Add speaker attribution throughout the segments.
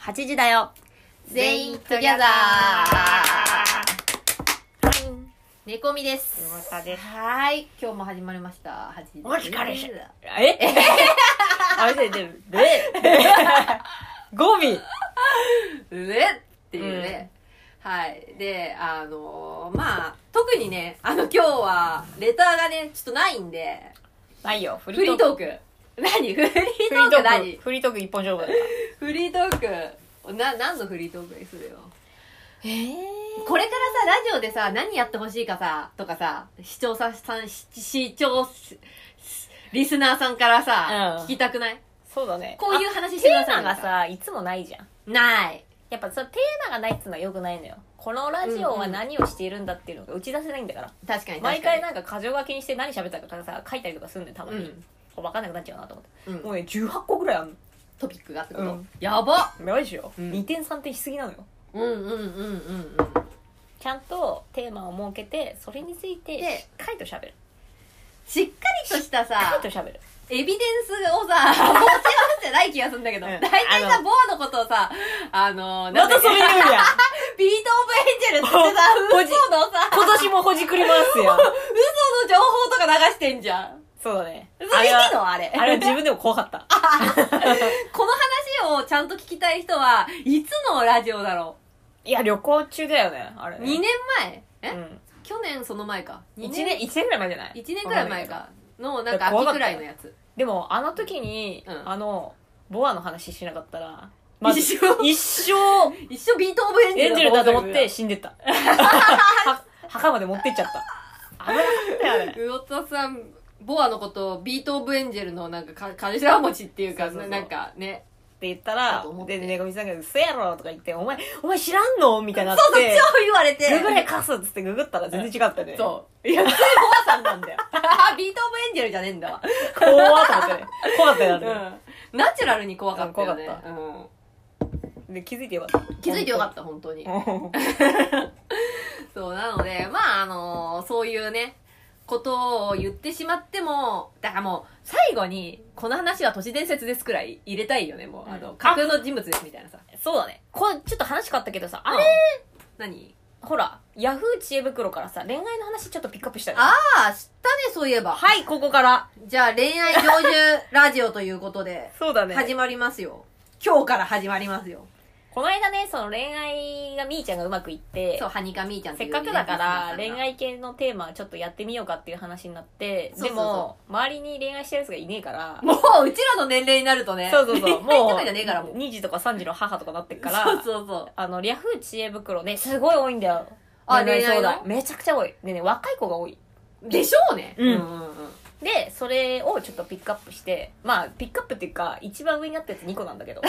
Speaker 1: 8時だよ
Speaker 2: 全員トギャザー寝込みです。
Speaker 1: よかったです
Speaker 2: はーい。今日も始まりました。8時
Speaker 1: お疲れし
Speaker 2: です
Speaker 1: え あれで、で、 で、語尾
Speaker 2: うえっていうね。はい。で、あのーまあ、特にね、あの、今日は、レターがね、ちょっとないんで、
Speaker 1: ないよ、フ
Speaker 2: フリートーク。何フリー
Speaker 1: フ
Speaker 2: ト
Speaker 1: リー
Speaker 2: ー
Speaker 1: ト
Speaker 2: ク
Speaker 1: ー
Speaker 2: 何
Speaker 1: ク。フリートーク一本勝負だから。
Speaker 2: フリートーク。な、何のフリートークにするよ。
Speaker 1: えー、
Speaker 2: これからさ、ラジオでさ、何やってほしいかさ、とかさ、視聴者さん、し視聴、しリスナーさんからさ、
Speaker 1: うん
Speaker 2: 聞きたくない
Speaker 1: そうだね。
Speaker 2: こういう話
Speaker 1: あ
Speaker 2: してくだ
Speaker 1: テー
Speaker 2: さいよ
Speaker 1: マがさ、いつもないじゃん。
Speaker 2: ない。
Speaker 1: やっぱそのテーマがないっていうのはよくないのよ。このラジオは何をしているんだっていうのが打ち出せないんだから。
Speaker 2: 確かに確かに。
Speaker 1: 毎回なんか箇条書きにして何喋ったかさ、書いたりとかするんだよ、たま
Speaker 2: う
Speaker 1: に。
Speaker 2: ん
Speaker 1: こう分かんなくなっちゃうなと思って。
Speaker 2: うん
Speaker 1: もうね、18個ぐらいある
Speaker 2: トピックがってこと、
Speaker 1: うん
Speaker 2: やば
Speaker 1: の。やばいでしょ、
Speaker 2: うん
Speaker 1: ?2 点3点しすぎなのよ。
Speaker 2: うんうんうんうんうん
Speaker 1: ちゃんとテーマを設けて、それについて
Speaker 2: で
Speaker 1: しっかりと喋る。
Speaker 2: しっかりとした
Speaker 1: しっか
Speaker 2: さ
Speaker 1: りと喋る。
Speaker 2: エビデンスをさ持ち合わせてない気がするんだけど、
Speaker 1: うん
Speaker 2: 大体
Speaker 1: あ
Speaker 2: さ
Speaker 1: の
Speaker 2: ボーのことをさあの
Speaker 1: またそれ言う
Speaker 2: ビート・オ
Speaker 1: やん。
Speaker 2: ブ・エンジェルってさ
Speaker 1: ほ
Speaker 2: 嘘
Speaker 1: じ
Speaker 2: のさ
Speaker 1: 今年もほじくりますやん。
Speaker 2: 嘘の情報とか流してんじゃん
Speaker 1: そうだね。
Speaker 2: 嘘
Speaker 1: あ
Speaker 2: で
Speaker 1: れ
Speaker 2: きん
Speaker 1: は、
Speaker 2: のあれ
Speaker 1: あれは自分でも怖かった。
Speaker 2: この話をちゃんと聞きたい人はいつのラジオだろ
Speaker 1: いや、旅行中だよね、あれ
Speaker 2: う、
Speaker 1: ね。
Speaker 2: 2年前え、
Speaker 1: うん。
Speaker 2: 去年その前か2
Speaker 1: 1年、一年ぐらい前じゃない
Speaker 2: 1年くらい前。かのなん
Speaker 1: だ
Speaker 2: か
Speaker 1: から怖か
Speaker 2: 秋
Speaker 1: った
Speaker 2: くらいのやつ
Speaker 1: でも、あの時に、
Speaker 2: うん
Speaker 1: あの、ボアの話しなかった ら、ず
Speaker 2: 一生
Speaker 1: 一 生、
Speaker 2: 一生ビート・オブ・エンジェ
Speaker 1: エ
Speaker 2: ル
Speaker 1: ンジェルだと思っ
Speaker 2: 方
Speaker 1: て
Speaker 2: 法
Speaker 1: 死んでった。は墓まで持ってっちゃった。危なかったよ、あれ。
Speaker 2: 魚田さんボアのことをビート・オブ・エンジェルのなんかか頭持ちっていうか
Speaker 1: そうそうそう
Speaker 2: なんかね
Speaker 1: って言った
Speaker 2: だ
Speaker 1: ら
Speaker 2: と思っ、て
Speaker 1: で、ねこみさんが、うせやろとか言って、お前、お前知らんのみたいになって、
Speaker 2: そうそう超言われて
Speaker 1: ググれかすっつってググったら全然違ったね。
Speaker 2: そういや普通にボアさんなんだよ ビート・オブ・エンジェルじゃねえんだわ、
Speaker 1: 怖っと思ってね。怖かったよ、だっ
Speaker 2: うん、ナチュラルに怖かったよね
Speaker 1: 怖かっ
Speaker 2: う
Speaker 1: て。で、気づいてよかった。
Speaker 2: ん、気づいてよかった本当に
Speaker 1: 本当に。
Speaker 2: そうなのでまああのーそういうねことを言ってしまってもだからもう最後に「この話は都市伝説です」くらい入れたいよねもうあ
Speaker 1: う
Speaker 2: の
Speaker 1: ん
Speaker 2: 架空の人物ですみたいなさ
Speaker 1: そうだね。こうちょっと話変わったけどさ、あれ、
Speaker 2: 何
Speaker 1: ほら、ヤフー知恵袋からさ、恋愛の話ちょっとピックアップしたよね
Speaker 2: ああ知ったねそういえば
Speaker 1: はい、ここから。
Speaker 2: じゃあ恋愛成就ラジオというこ とで
Speaker 1: そうだ
Speaker 2: 始まりますよ、今日から始まりますよ
Speaker 1: この間ね、その恋愛がみーちゃんがうまくいって
Speaker 2: そう、はにかみーちゃんって
Speaker 1: せ
Speaker 2: い
Speaker 1: っ
Speaker 2: う
Speaker 1: かくだから
Speaker 2: リスナーさんが
Speaker 1: 恋愛系のテーマちょっとやってみようかっていう話になって、
Speaker 2: そう
Speaker 1: で
Speaker 2: そうそう
Speaker 1: も、周りに恋愛してるやつがいねえから、
Speaker 2: もううちらの年齢になると ね
Speaker 1: そうそう そう、
Speaker 2: も
Speaker 1: も
Speaker 2: う
Speaker 1: う、
Speaker 2: じゃねえからもう
Speaker 1: 2時とか3時の母とかなってっから、
Speaker 2: そうそうそう
Speaker 1: あの、ヤフー知恵袋ね、すごい多いんだよ。
Speaker 2: あ
Speaker 1: 相
Speaker 2: 恋愛
Speaker 1: 談
Speaker 2: の
Speaker 1: めちゃくちゃ多い。でね、若い子が多い。
Speaker 2: でしょうね。
Speaker 1: うん
Speaker 2: うんうん。
Speaker 1: で、それをちょっとピックアップして、まあ、ピックアップっていうか、一番上にあったやつ2個なんだ けど。だ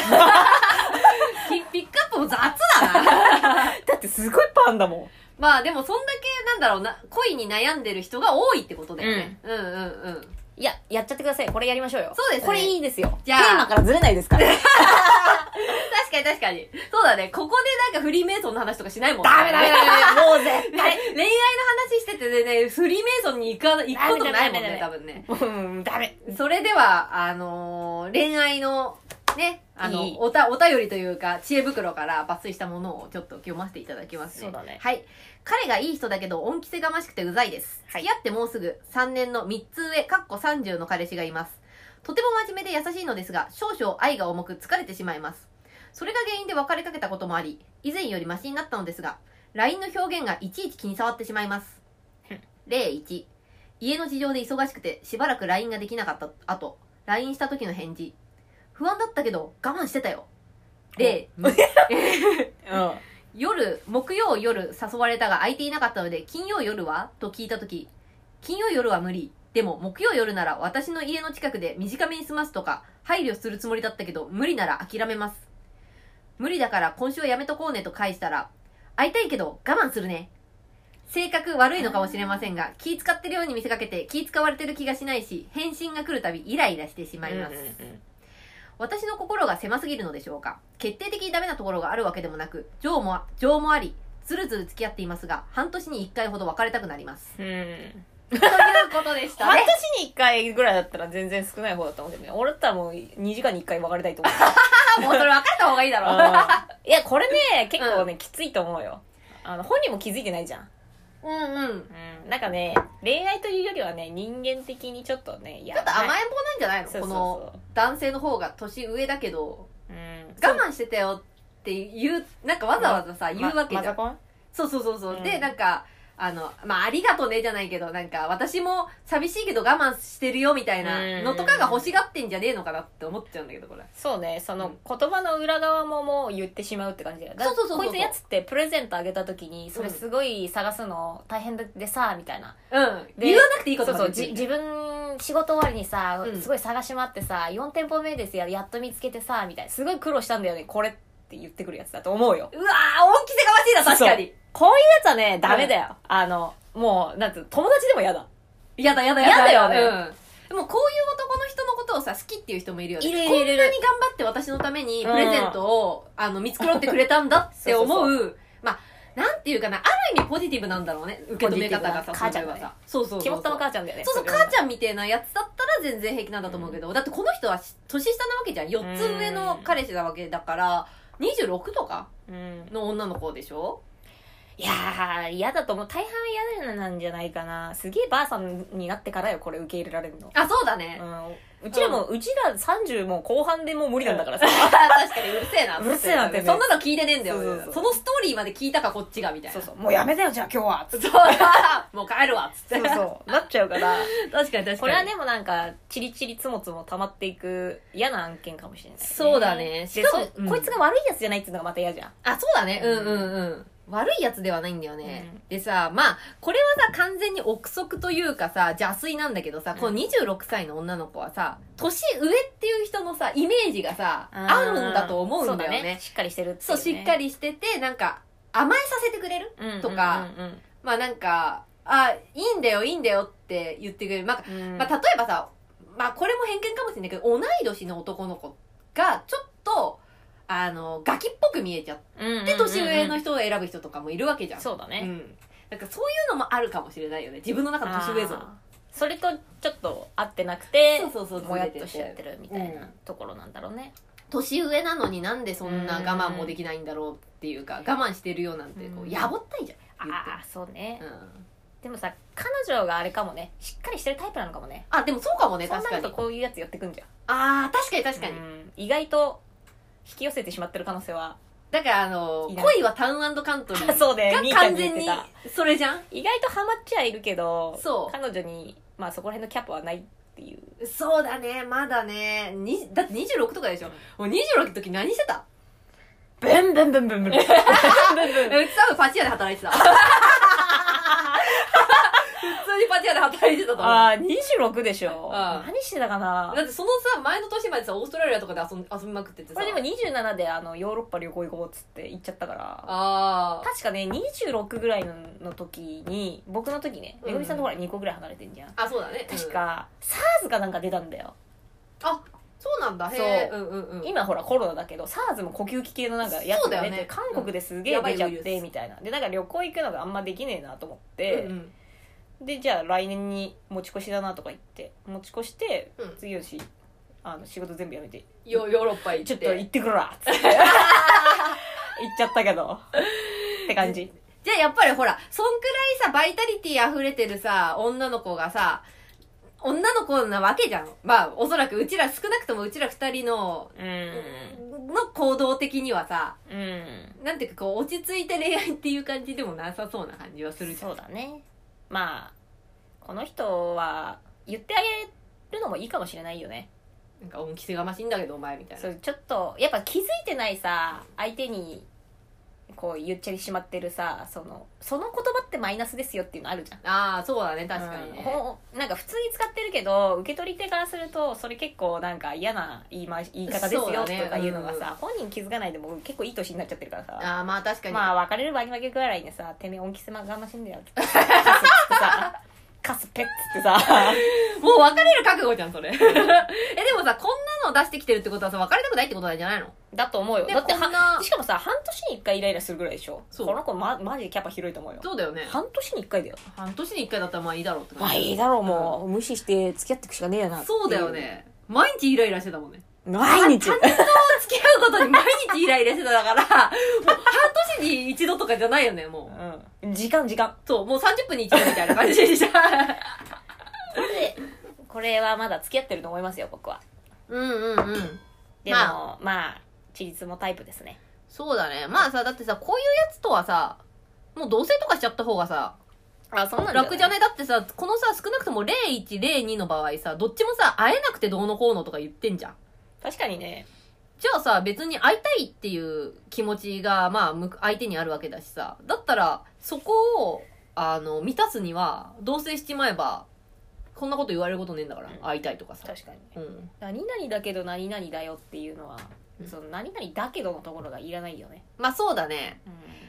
Speaker 2: ピピックアップも雑だな。
Speaker 1: ってすごいパンだも
Speaker 2: まあでもそんだけなんだろうな、恋に悩んでる人が多いってことだよね。うん、うんうんうん。
Speaker 1: ん。いや、やっちゃってください。これやりましょうよ。
Speaker 2: そうですね
Speaker 1: これいいですよ。
Speaker 2: じゃあ
Speaker 1: テーマからずれないです から。
Speaker 2: 確かに確かに。そうだね。ここでなんかフリーメイソンの話とかしないもんね。
Speaker 1: ダメダメダメもう 絶
Speaker 2: ね恋愛の話しててね、フリーメイソンに行か、行くこともないもんね、多
Speaker 1: ダ
Speaker 2: 分ね。
Speaker 1: 対。うん、ダメ。
Speaker 2: それでは、あのー恋愛の、ね、あの、
Speaker 1: いい
Speaker 2: おた、お便りというか、知恵袋から抜粋したものをちょっと読ませていただきますね。
Speaker 1: そうだね
Speaker 2: はい。彼がいい人だけど、恩着せがましくてうざいです。
Speaker 1: はい
Speaker 2: 付き合ってもうすぐ、3年の3つ上、かっこ30の彼氏がいます。とても真面目で優しいのですが、少々愛が重く疲れてしまいます。それが原因で別れかけたこともあり、以前よりマシになったのですが、LINE の表現がいちいち気に障ってしまいます。例1、家の事情で忙しくてしばらく LINE ができなかった後、LINE した時の返事。不安だったけど我慢してたよ。例2、
Speaker 1: うん。
Speaker 2: 夜、木曜夜誘われたが空いていなかったので、金曜夜はと聞いたとき、金曜夜は無理。でも、木曜夜なら私の家の近くで短めに済ますとか、配慮するつもりだったけど、無理なら諦めます。無理だから今週はやめとこうねと返したら、会いたいけど我慢するね。性格悪いのかもしれませんが、気使ってるように見せかけて気使われてる気がしないし、返信が来るたびイライラしてしまいます。私の心が狭すぎるのでしょうか決定的にダメなところがあるわけでもなく情も情もありずるずる付き合っていますが半年に1回ほど別れたくなります
Speaker 1: うん。
Speaker 2: ということで した
Speaker 1: 半
Speaker 2: ね。
Speaker 1: 年に1回ぐらいだったら全然少ない方だと思うけどね。俺だったらもう2時間に1回別れたいと思う。
Speaker 2: あもうそれ分かった方がいいだろう。
Speaker 1: うんいや、これね、結構ね、きついと思うよ。あの、本人も気づいてないじゃん。
Speaker 2: うんうん。
Speaker 1: うん。なんかね、恋愛というよりはね、人間的にちょっとね、ち
Speaker 2: ちょっと甘えん坊なんじゃないの
Speaker 1: そうそうそ
Speaker 2: こ
Speaker 1: う
Speaker 2: の男性の方が年上だけど、
Speaker 1: うん。
Speaker 2: 我慢してたよって言う、なんかわざわざさ、言うわけじゃん。
Speaker 1: まマザコン
Speaker 2: そうそうそうそう。
Speaker 1: うん
Speaker 2: で、なんか、あの、まあ、ありがとうねじゃないけど、なんか、私も寂しいけど我慢してるよみたいなのとかが欲しがってんじゃねえのかなって思っちゃうんだけど、これ。
Speaker 1: そうね、その
Speaker 2: うん
Speaker 1: 言葉の裏側ももう言ってしまうって感じだよ。だ
Speaker 2: そうそうそうそ
Speaker 1: こ
Speaker 2: う
Speaker 1: いつやつってプレゼントあげた時に、それすごい探すの大変でさ、みたいな。
Speaker 2: うん。
Speaker 1: で
Speaker 2: 言わなくていいこ
Speaker 1: そう
Speaker 2: とだ
Speaker 1: そう、じ自分仕事終わりにさ
Speaker 2: う、ん
Speaker 1: すごい探し回ってさ、4店舗目ですよ、やっと見つけてさ、みたいな。すごい苦労したんだよね、これって言ってくるやつだと思うよ。
Speaker 2: うわー、恩着せがましいな、確かに。
Speaker 1: こういうやつはね、ダメだよ。あの、もう、なんつう、友達でも嫌だ。
Speaker 2: やだやだ
Speaker 1: やだよ
Speaker 2: ね。うん。でもこういう男の人のことをさ、好きっていう人もいるよね。
Speaker 1: いるいるい
Speaker 2: こん
Speaker 1: る
Speaker 2: なに頑張って私のためにプレゼントを、あの、見繕ってくれたんだって 思う。
Speaker 1: そう
Speaker 2: まあ、なんていうかな、ある意味ポジティブなんだろうね。受け止め方がさ、
Speaker 1: ポジティブな
Speaker 2: それはさ。そうそうそうそう。
Speaker 1: 肝っ玉母ちゃんだよね。
Speaker 2: そうそう、
Speaker 1: れは
Speaker 2: 母ちゃんみたいなやつだったら全然平気なんだと思うけど、だってこの人はし年下なわけじゃん。4つ上の彼氏なわけだから、26とか
Speaker 1: うん。
Speaker 2: の女の子でしょ
Speaker 1: いやー、嫌だと思う。大半は嫌なんじゃないかな。すげえばあさんになってからよ、これ受け入れられるの。
Speaker 2: あ、そうだね。
Speaker 1: うん。うちらも、うちら30もう後半でもう無理なんだからさ。
Speaker 2: 確かにうるせえな。
Speaker 1: うるせえなってね
Speaker 2: そんなの聞いてねえんだよ。
Speaker 1: そうそうそう
Speaker 2: そのストーリーまで聞いたかこっちがみたいな。
Speaker 1: そうそう。もうやめてよ、じゃあ今日は。つって
Speaker 2: そう。 もう帰るわっつって。
Speaker 1: そうそう。なっちゃうから。
Speaker 2: 確かに確かに。
Speaker 1: これはでもなんか、チリチリつもつも溜まっていく嫌な案件かもしれない、
Speaker 2: そうだね
Speaker 1: で
Speaker 2: しかも
Speaker 1: そ
Speaker 2: うん
Speaker 1: こいつが悪いやつじゃないっていうのがまた嫌じゃん。
Speaker 2: あ、そうだね。うんうんうん。悪いやつではないんだよね。
Speaker 1: うん
Speaker 2: でさ、まあ、これはさ、完全に憶測というかさ、邪推なんだけどさ、この26歳の女の子はさ、年上っていう人のさ、イメージがさ、合うんだと思うんだよ
Speaker 1: そ
Speaker 2: ね。
Speaker 1: しっかりしてるってい
Speaker 2: そう
Speaker 1: ね、
Speaker 2: しっかりしてて、なんか、甘えさせてくれる
Speaker 1: り
Speaker 2: とか、まあなんか、あ、いいんだよ、いいんだよって言ってくれる。まあ、
Speaker 1: うんうんうん
Speaker 2: まあ、例えばさ、まあ、これも偏見かもしれないけど、同い年の男の子が、ちょっと、あの、ガキっぽく見えちゃって、
Speaker 1: うんうんうんうん
Speaker 2: 年上の人を選ぶ人とかもいるわけじゃん。
Speaker 1: そうだね。
Speaker 2: うん。なんかそういうのもあるかもしれないよね。自分の中の年上像。
Speaker 1: あーそれとちょっと合ってなくて
Speaker 2: そうそうそう
Speaker 1: もやっとしちゃってるみたい
Speaker 2: うん
Speaker 1: なところなんだろうね、
Speaker 2: 年上なのになんでそんな我慢もできないんだろうっていうか、我慢してるよなんて、こ
Speaker 1: う
Speaker 2: う、
Speaker 1: ん
Speaker 2: やぼったいじゃん。言
Speaker 1: あ
Speaker 2: っ
Speaker 1: あそうね
Speaker 2: て、うん。
Speaker 1: でもさ彼女があれかもねしっかりしてるタイプなのかもね
Speaker 2: あ、でもそうかもね、
Speaker 1: そう
Speaker 2: 確
Speaker 1: な
Speaker 2: か
Speaker 1: る
Speaker 2: に。
Speaker 1: とこういうやつ寄ってくんじゃん
Speaker 2: ああ、確かに確かに。
Speaker 1: うん意外と引き寄せてしまってる可能性は
Speaker 2: だから、あの、
Speaker 1: いない
Speaker 2: 恋はタウンカントリー
Speaker 1: そうねみー
Speaker 2: が
Speaker 1: ちゃん
Speaker 2: 完
Speaker 1: に言っ
Speaker 2: 全
Speaker 1: て
Speaker 2: に
Speaker 1: た、
Speaker 2: それじゃん
Speaker 1: 意外とハマっちゃいるけど
Speaker 2: そう
Speaker 1: 彼女に、まあ、そこら辺のキャパはないっていう
Speaker 2: そうだね、まだね。にだって26とかでしょ。もう26の時何してた
Speaker 1: ブンブンブンブン ブンブンブ
Speaker 2: う
Speaker 1: ン
Speaker 2: ち多分パチ屋で働い てた。普通にパチ屋で働いてたと思う。
Speaker 1: ああ26でしょ
Speaker 2: あー
Speaker 1: 何してたかな
Speaker 2: だってそのさ、前の年までさ、オーストラリアとかで遊ん遊びまくっててさ。
Speaker 1: これでも27であのヨーロッパ旅行行こうっつって行っちゃったから
Speaker 2: あ
Speaker 1: 確かね26ぐらいの時に僕の時ね
Speaker 2: うん
Speaker 1: めぐみさんのところは2個ぐらい離れてんじゃん、
Speaker 2: あ。あ、そうだね。
Speaker 1: 確
Speaker 2: うん。
Speaker 1: か SARS かなんか出たんだよ
Speaker 2: あ、そうなんだ。へえ。。
Speaker 1: そう
Speaker 2: んうんうん。
Speaker 1: 今ほらコロナだけど SARS も呼吸器系のなんかや
Speaker 2: そう
Speaker 1: つ
Speaker 2: だ
Speaker 1: が
Speaker 2: よ
Speaker 1: 出
Speaker 2: ね
Speaker 1: て、韓国ですげ
Speaker 2: う
Speaker 1: え
Speaker 2: んやばい
Speaker 1: 出ちゃっ
Speaker 2: ウイル
Speaker 1: て
Speaker 2: ス
Speaker 1: みたいなでなんか旅行行くのがあんまできねえなと思っ
Speaker 2: うん
Speaker 1: て、
Speaker 2: うん
Speaker 1: でじゃあ来年に持ち越しだなとか言って持ち越して、
Speaker 2: うん
Speaker 1: 次の日あの仕事全部やめて
Speaker 2: ヨヨーロッパ行って。
Speaker 1: ちょっと行ってくらっつって 行っちゃったけどって感じ
Speaker 2: じゃあやっぱりほら、そんくらいさ、バイタリティ溢れてるさ、女の子がさ、女の子なわけじゃん。まあ、おそらくうちら、少なくともうちら二人の、
Speaker 1: うん
Speaker 2: の行動的にはさ、
Speaker 1: うん
Speaker 2: なんていうかこう、落ち着いて恋愛っていう感じでもなさそうな感じはするじゃん。
Speaker 1: そうだねまあこの人は言ってあげるのもいいかもしれないよね
Speaker 2: なんか恩着せがましいんだけど、お前みたい
Speaker 1: そ
Speaker 2: な。
Speaker 1: うちょっとやっぱ気づいてないさ相手にこう言っちゃりしまってるさそのその言葉ってマイナスですよっていうのあるじゃん
Speaker 2: ああ、そうだね、確かに
Speaker 1: うん
Speaker 2: ね。
Speaker 1: ほんなんか普通に使ってるけど受け取り手からするとそれ結構なんか嫌な言い,、ま、言い方ですよ
Speaker 2: そうだ
Speaker 1: と
Speaker 2: ね
Speaker 1: かいうのが
Speaker 2: うん
Speaker 1: さ、本人気づかないでもう結構いい年になっちゃってるからさ
Speaker 2: ああ、まあ確かに。
Speaker 1: まあ別れる場合に負けぐらいにさてめえ恩着せまがましいんだよってカスって さカスペッつってさ
Speaker 2: もう別れる覚悟じゃん、それ。え、でもさ、こんのを出してきてるってことはさ別れたくないってことなんじゃないの
Speaker 1: だと思うよ
Speaker 2: で
Speaker 1: だって
Speaker 2: こんな
Speaker 1: はしかもさ半年に1回イライラするぐらいでしょ
Speaker 2: そう
Speaker 1: この子、ま、マジでキャパ広いと思うよ
Speaker 2: そうだよね
Speaker 1: 半年に1回だよ
Speaker 2: 半年に一回だったらまあいいだろうって
Speaker 1: ま
Speaker 2: 感
Speaker 1: あ
Speaker 2: じ
Speaker 1: いいだろうもう、無視して付き合っていくしかねえよなってい
Speaker 2: そうだよね毎日イライラしてたもんね
Speaker 1: 毎日
Speaker 2: 付き合うことに毎日イライラしてただからもう半年に一度とかじゃないよねも う
Speaker 1: うん時間時間
Speaker 2: そうもう30分に一度みたいな感じでした
Speaker 1: これはまだ付き合ってると思いますよ僕は
Speaker 2: うんうんうん
Speaker 1: でも
Speaker 2: ま
Speaker 1: まあ、まあ、ちりつもタイプですね
Speaker 2: そうだねまあさだってさこういうやつとはさもう同棲とかしちゃった方がさ
Speaker 1: あそんなん
Speaker 2: 楽じゃ
Speaker 1: ね
Speaker 2: ねだってさこのさ少なくとも0102の場合さどっちもさ会えなくてどうのこうのとか言ってんじゃん
Speaker 1: 確かにね
Speaker 2: じゃあさ別に会いたいっていう気持ちがまあ向く相手にあるわけだしさだったらそこをあの満たすには同棲しちまえばこんなこと言われることねえんだから
Speaker 1: うん
Speaker 2: 会いたいとかさ、
Speaker 1: 確かにね
Speaker 2: うん、
Speaker 1: 何々だけど何々だよっていうのは、
Speaker 2: うん
Speaker 1: その何々だけどのところがいらないよね、
Speaker 2: まあそうだね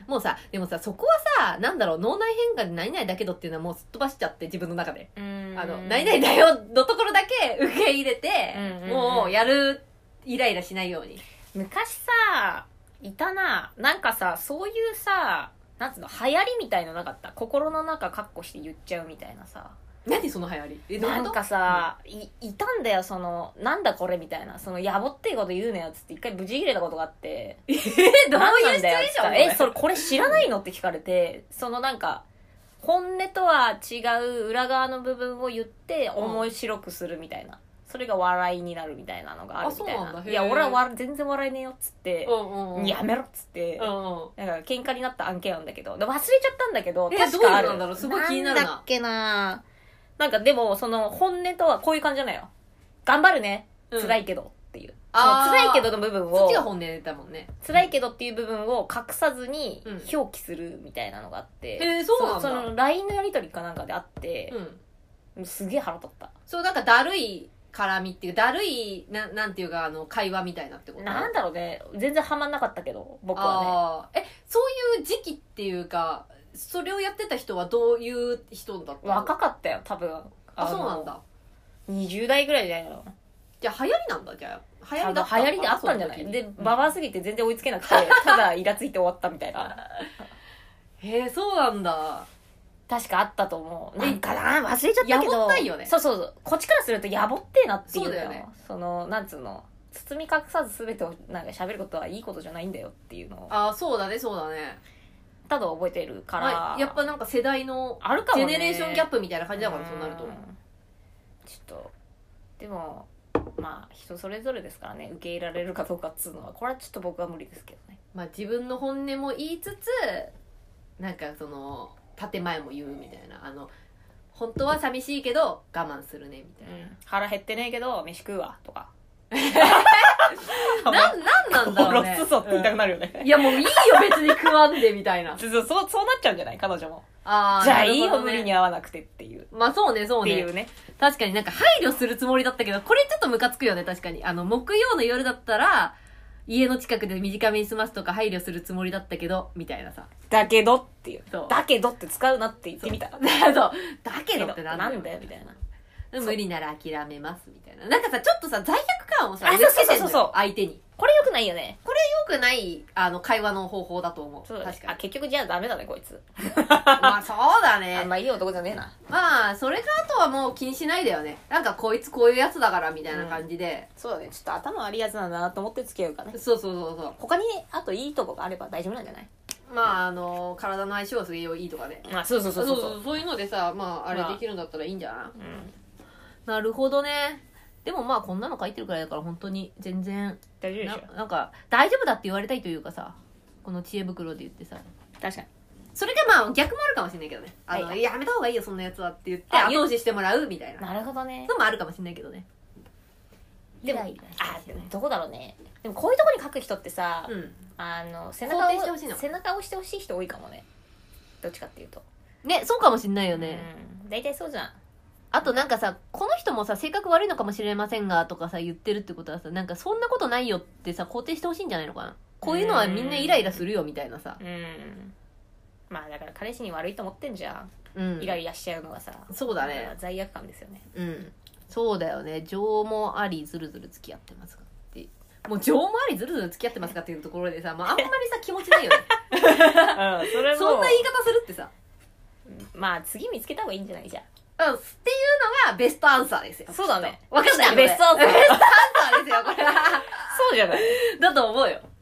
Speaker 2: もうさでもさそこはさなんだろう脳内変化で何々だけどっていうのはもうすっ飛ばしちゃって自分の中で
Speaker 1: うん
Speaker 2: あの何々だよのところだけ受け入れて
Speaker 1: うんうんうん
Speaker 2: もうやるイライラしないように
Speaker 1: 昔さいたななんかさそういうさなんつうの流行りみたいのなかった心の中カッコして言っちゃうみたいなさ
Speaker 2: 何その流行りえどうい
Speaker 1: な
Speaker 2: うこ
Speaker 1: ん
Speaker 2: と
Speaker 1: かさ、いいたんだよそのなんだこれみたいなそのやぼっていこと言うなよっつって一回ブチ切れたことがあって
Speaker 2: えどう
Speaker 1: 何
Speaker 2: い
Speaker 1: な
Speaker 2: うんシチ
Speaker 1: だ
Speaker 2: ュ
Speaker 1: よ
Speaker 2: エー
Speaker 1: っつっ
Speaker 2: シ
Speaker 1: た
Speaker 2: ョ
Speaker 1: ら
Speaker 2: ン
Speaker 1: えそれこれ知らないのって聞かれてそのなんか本音とは違う裏側の部分を言って
Speaker 2: うん
Speaker 1: 面白くするみたいな、それが笑いになるみたいなのがあるみたい
Speaker 2: あそうなん
Speaker 1: な
Speaker 2: だへー
Speaker 1: いや俺はわ全然笑えねえよっつって
Speaker 2: う、んうんうん
Speaker 1: やめろっつって、
Speaker 2: うんうん
Speaker 1: なんか喧嘩になった案件なんだけどで忘れちゃったんだけど
Speaker 2: え
Speaker 1: 確かある
Speaker 2: どういうのなんだろうすごい気になるなん
Speaker 1: だっけななんかでもその本音とはこういう感じじゃないよ頑張るね
Speaker 2: うん
Speaker 1: 辛いけどっていう、その
Speaker 2: あー
Speaker 1: 辛いけどの部分
Speaker 2: そっちが
Speaker 1: を
Speaker 2: 本音だもんね。
Speaker 1: 辛いけどっていう部分を隠さずに
Speaker 2: うん
Speaker 1: 表記するみたいなのがあって、
Speaker 2: へーそうなんだ
Speaker 1: その LINE のやり取りかなんかであって
Speaker 2: う、ん。
Speaker 1: もうすげえ腹立った
Speaker 2: そう、なんかだるい絡みっていう、だるい、ななんていうか、あの、会話みたいなってこと
Speaker 1: なんだろうね全然ハマんなかったけど僕はね
Speaker 2: ああー。え、そういう時期っていうか、それをやってた人はどういう人だったの
Speaker 1: 若かったよ多分
Speaker 2: あ、そうなんだ。
Speaker 1: 20代ぐらいじゃないの
Speaker 2: じゃあ流行りなんだ、じゃあ。流行り
Speaker 1: 多
Speaker 2: だった
Speaker 1: 分流行りであったんじゃないでバ
Speaker 2: バ
Speaker 1: バアすぎて全然追いつけなくてただイラついて終わったみたいな
Speaker 2: へえ、そうなんだ。
Speaker 1: 確かあったと思うなんかな忘れちゃったけど
Speaker 2: やぼったいよね
Speaker 1: そうそうそうこっちからするとやぼってえなっていう
Speaker 2: そうだよね
Speaker 1: そのなんつうの包み隠さず全てをなんか喋ることはいいことじゃないんだよっていうのを
Speaker 2: ああ、そうだね、そうだね。
Speaker 1: ただ覚えてるから、
Speaker 2: まあ、やっぱなんか世代の、
Speaker 1: あるかも
Speaker 2: ジ
Speaker 1: ね
Speaker 2: ェネレーションギャッ
Speaker 1: プ
Speaker 2: プみたいな感じだから、そうなると。
Speaker 1: ちょっとでもまあ人それぞれですからね受け入れられるかどうかっつうのはこれはちょっと僕は無理ですけどね
Speaker 2: まあ、自分の本音も言いつつなんかその建前も言うみたいなあの本当は寂しいけど我慢するねみたい
Speaker 1: 腹減ってねえけど飯食うわとか
Speaker 2: な、なんなんなんだろうね
Speaker 1: 殺すぞって言いたくなるよね、
Speaker 2: うんいやもういいよ別に食わんでみたいな
Speaker 1: そうそうそうそうなっちゃうんじゃない彼女も
Speaker 2: あー
Speaker 1: じゃあ
Speaker 2: なる
Speaker 1: いい
Speaker 2: ほ
Speaker 1: よ
Speaker 2: ど
Speaker 1: 無
Speaker 2: ね
Speaker 1: 理に合わなくてっていう
Speaker 2: まあそうねそう
Speaker 1: ってい
Speaker 2: ね
Speaker 1: うね
Speaker 2: 確かになんか配慮するつもりだったけどこれちょっとムカつくよね確かにあの木曜の夜だったら家の近くで短めに済ますとか配慮するつもりだったけどみたいなさ
Speaker 1: だけどっていう
Speaker 2: そう
Speaker 1: だけどって使うなって言ってみた
Speaker 2: そうだけどってなんだ
Speaker 1: な
Speaker 2: よ
Speaker 1: んだよみたいな
Speaker 2: 無理なら諦めますみたいな。なんかさ、ちょっとさ、罪悪感をさ、
Speaker 1: あ
Speaker 2: 植え付け
Speaker 1: そ
Speaker 2: てん
Speaker 1: うそうそう
Speaker 2: のよ
Speaker 1: そう
Speaker 2: 相手に。よ
Speaker 1: これよくないよね
Speaker 2: くない、あの、会話の方法だと思う。
Speaker 1: そうだね
Speaker 2: 確か
Speaker 1: あ結局じゃあダメだねこいつ
Speaker 2: に。 まあ、そうだ
Speaker 1: あん
Speaker 2: ね。
Speaker 1: まいい男じゃねえな
Speaker 2: まあ、それかあとはもう気にしないだよね。なんか、こいつこういうやつだから、みたいな感じで。
Speaker 1: そうだねちょっと頭悪いやつなんだなと思って付き合うからね
Speaker 2: そうそうそうそ。
Speaker 1: 他にあといいとこがあれば大丈夫なんじゃないう
Speaker 2: まあ、あの、体の相性はすげえいいとかね。
Speaker 1: あそうそう
Speaker 2: そ
Speaker 1: そうう
Speaker 2: そ
Speaker 1: そうう
Speaker 2: そ
Speaker 1: そうう、
Speaker 2: そういうのでさ、まあ、あれ
Speaker 1: まあ
Speaker 2: できるんだったらいいんじゃない、
Speaker 1: うん、
Speaker 2: なるほどね。でもまあ、こんなの書いてるくらいだから、本当に全然、
Speaker 1: 大丈夫でし
Speaker 2: な
Speaker 1: ょ
Speaker 2: なんか、大丈夫だって言われたいというかさ、この知恵袋で言ってさ、
Speaker 1: 確かに
Speaker 2: それがまあ逆もあるかもしれないけどね。あの、
Speaker 1: はい
Speaker 2: やめた方がいいよ、そんなやつはって言って、
Speaker 1: あ
Speaker 2: 後押ししてもらうみたいな。
Speaker 1: なるほどね
Speaker 2: のもあるかもしれないけどね。
Speaker 1: でも
Speaker 2: イライラして
Speaker 1: あ
Speaker 2: し
Speaker 1: で
Speaker 2: まう
Speaker 1: もどこだろうねでもこういうとこに書く人ってさ、
Speaker 2: うん。
Speaker 1: あの背中を
Speaker 2: 肯定してほしいの
Speaker 1: 背中を押してほしい人多いかもねどっちかっていうと
Speaker 2: ね、そうかもしれないよね。
Speaker 1: うん大体そうじゃん
Speaker 2: あとなんかさ、この人もさ、性格悪いのかもしれませんが、とかさ、言ってるってことはさ、なんかそんなことないよってさ、肯定してほしいんじゃないのかな。こういうのはみんなイライラするよ、みたいなさ。
Speaker 1: うんまあだから彼氏に悪いと思ってんじゃん、
Speaker 2: うん。
Speaker 1: イライラしちゃうのがさ
Speaker 2: そうだね
Speaker 1: まあ罪悪感ですよね
Speaker 2: うん。そうだよね情もありずるずる付き合ってますかってもう情もありずるずる付き合ってますかっていうところでさ、まあ、あんまりさ気持ち ないよね
Speaker 1: うん、それも
Speaker 2: そんな言い方するってさ
Speaker 1: まあ次見つけた方がいいんじゃないじゃん
Speaker 2: うんっていうのがベストアンサーですよ
Speaker 1: そうだね
Speaker 2: わかんない
Speaker 1: ベ ストアンサー
Speaker 2: ベストアンサーですよこれは
Speaker 1: そうじゃない
Speaker 2: だと思うよ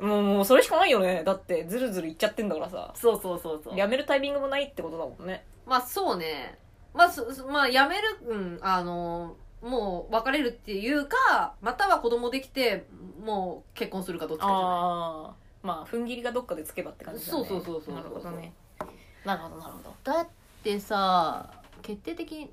Speaker 1: もうもうそれしかないよねだってズルズルいっちゃってんだからさ
Speaker 2: そうそうそうそう
Speaker 1: やめるタイミングもないってことだもんね
Speaker 2: まあそうね。まあ、そそまあ、やめる、うん、あの、もう別れるっていうか、または子供できて、もう結婚するかどっちかじゃな
Speaker 1: ああまあ踏ん切りがどっかでつけばって感じだね
Speaker 2: そうそうそうそう
Speaker 1: なるほどねなるほどなるほど
Speaker 2: い。だってさ、決定的に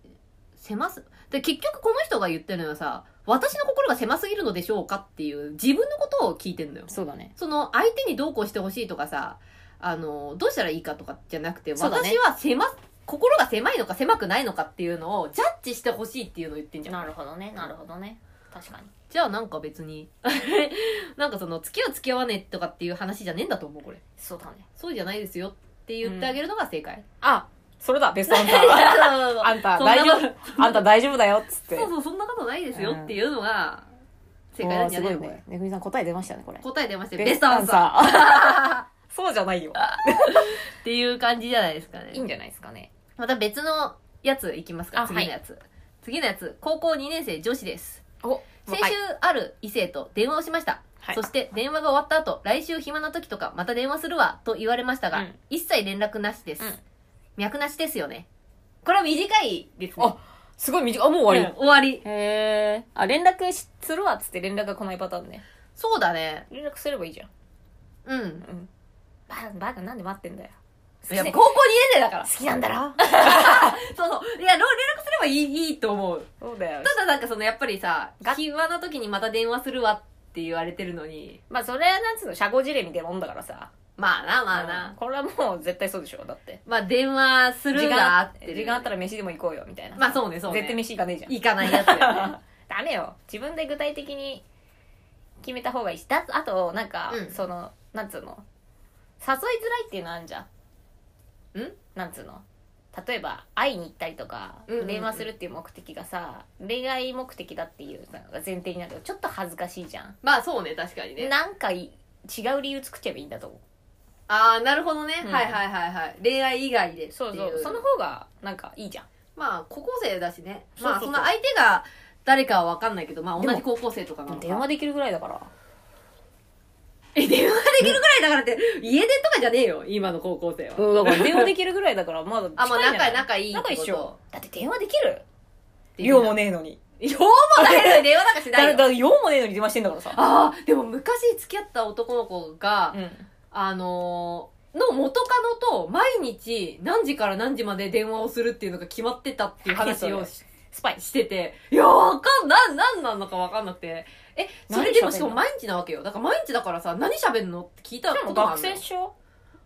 Speaker 2: 狭す。で結局この人が言ってるのはさ、私の心が狭すぎるのでしょうかっていう自分のことを聞いてんのよ。
Speaker 1: そうだね
Speaker 2: その相手にどうこうしてほしいとかさ、あの、どうしたらいいかとかじゃなくて、
Speaker 1: そうだね
Speaker 2: 私は狭、心が狭いのか狭くないのかっていうのをジャッジしてほしいっていうのを言ってんじゃん。
Speaker 1: なるほどねなるほどね確かに
Speaker 2: じゃあなんか別に なんかその付き合う付き合わねえとかっていう話じゃねえんだと思うこれ
Speaker 1: そうだね
Speaker 2: そうじゃないですよって言ってあげるのが正 解、
Speaker 1: あそれだベストアンサー あんた
Speaker 2: そんな
Speaker 1: 大丈
Speaker 2: こ
Speaker 1: 夫あんた大丈夫だよっつって
Speaker 2: そうそうそんなことないですよっていうのが正解なんじゃないの
Speaker 1: おーす
Speaker 2: こ
Speaker 1: ご
Speaker 2: れ
Speaker 1: いねめぐみさん答え出ましたねこれ
Speaker 2: 答え出ましたよベストアンサー
Speaker 1: サーそうじゃないよ
Speaker 2: っていう感じじゃないですかね
Speaker 1: いいんじゃないですかね
Speaker 2: また別のやついきますか
Speaker 1: あ
Speaker 2: 次のやつ、次のやつ高校2年生女子です
Speaker 1: お
Speaker 2: 先週ある異性と電話をしました、
Speaker 1: はい
Speaker 2: そして電話が終わった後来週暇な時とかまた電話するわと言われましたが、
Speaker 1: うん
Speaker 2: 一切連絡なしです、
Speaker 1: うん
Speaker 2: 脈なしですよねこれは短いですね
Speaker 1: あすごい短いあもう終わ
Speaker 2: うん終わり
Speaker 1: りへえあ連絡しするわっつって連絡が来ないパターンね
Speaker 2: そうだね
Speaker 1: 連絡すればいいじゃん
Speaker 2: うん
Speaker 1: うんバカバカなんで待ってんだよ好き
Speaker 2: やっ
Speaker 1: な
Speaker 2: ぱ
Speaker 1: ん
Speaker 2: 高校2年生だから
Speaker 1: 好きなんだろ
Speaker 2: そうそういや連絡すればいいいいと思う
Speaker 1: そうだよ
Speaker 2: ただなんかそのやっぱりさ
Speaker 1: が
Speaker 2: 暇な時にまた電話するわって言われてるのに
Speaker 1: まあそれはなんつうの社交辞令みたいなもんだからさ
Speaker 2: まあなまあな
Speaker 1: うん、これはもう絶対そうでしょだって
Speaker 2: まあ電話する
Speaker 1: 時
Speaker 2: んだ
Speaker 1: 間
Speaker 2: って
Speaker 1: 時間あったら飯でも行こうよみたいな
Speaker 2: まあそうねそうね
Speaker 1: 絶対飯行かねえじゃん
Speaker 2: 行かないやつだよ ね
Speaker 1: ダメよ自分で具体的に決めた方がいいしだあとなんか、
Speaker 2: うん
Speaker 1: そのなんつうの誘いづらいっていうのあるじゃん
Speaker 2: ん
Speaker 1: なんつうの例えば会いに行ったりとか、
Speaker 2: うんうんうん
Speaker 1: 電話するっていう目的がさ恋愛目的だっていうのが前提になるとちょっと恥ずかしいじゃん、
Speaker 2: まあそうね確かにね
Speaker 1: なんかい違う理由作っちゃえばいいんだと思
Speaker 2: ああなるほどね、
Speaker 1: うん
Speaker 2: はいはいはいはい恋愛以外でっていう
Speaker 1: うそうそうその方がなんかいいじゃん
Speaker 2: まあ高校生だしね
Speaker 1: そう
Speaker 2: ま
Speaker 1: そうそ
Speaker 2: あ
Speaker 1: う
Speaker 2: その相手が誰かは分かんないけどまあ
Speaker 1: でも
Speaker 2: 同じ高校生とかなのか
Speaker 1: 電話できるぐらいだから
Speaker 2: え電話できるぐらいだからって家出とかじゃねえよ今の高校生は、
Speaker 1: うんだから電話できるぐらいだからまだ近
Speaker 2: あ
Speaker 1: いんじ
Speaker 2: ま
Speaker 1: ゃ
Speaker 2: あ
Speaker 1: ない
Speaker 2: 仲仲いいってこと
Speaker 1: 仲一緒だって電話できる
Speaker 2: っていう
Speaker 1: 量 もねえのに
Speaker 2: 用もないのに電話なんか
Speaker 1: だ
Speaker 2: しな
Speaker 1: か
Speaker 2: い
Speaker 1: ら
Speaker 2: よ
Speaker 1: 用もねえのに電話してんだからさ、
Speaker 2: ああでも昔付き合った男の子が、
Speaker 1: うん、
Speaker 2: あのーの元カノと毎日何時から何時まで電話をするっていうのが決まってたっていう話をし
Speaker 1: スパイ
Speaker 2: してて、いや、わかん、なん、なんなのかわかんなくて。え、それでも
Speaker 1: 何喋んの
Speaker 2: しかも毎日なわけよ。だから毎日だからさ、何喋んのって聞いた
Speaker 1: で
Speaker 2: こ
Speaker 1: も
Speaker 2: とがあ
Speaker 1: 学
Speaker 2: るの
Speaker 1: 生っ
Speaker 2: よ。
Speaker 1: しょ